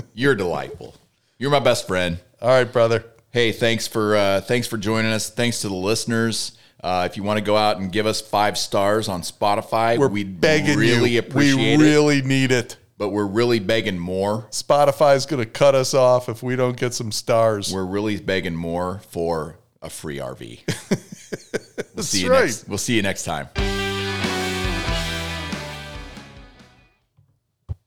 S1: [laughs] You're delightful. You're my best friend.
S2: All right, brother.
S1: Hey, thanks for uh, thanks for joining us. Thanks to the listeners. Uh, if you want to go out and give us five stars on Spotify,
S2: We're
S1: we'd
S2: begging
S1: really
S2: you.
S1: appreciate
S2: we
S1: it.
S2: really need it.
S1: But we're really begging more.
S2: Spotify's going to cut us off if we don't get some stars.
S1: We're really begging more for a free RV. [laughs] we'll see
S2: That's
S1: you
S2: right.
S1: next. We'll see you next time.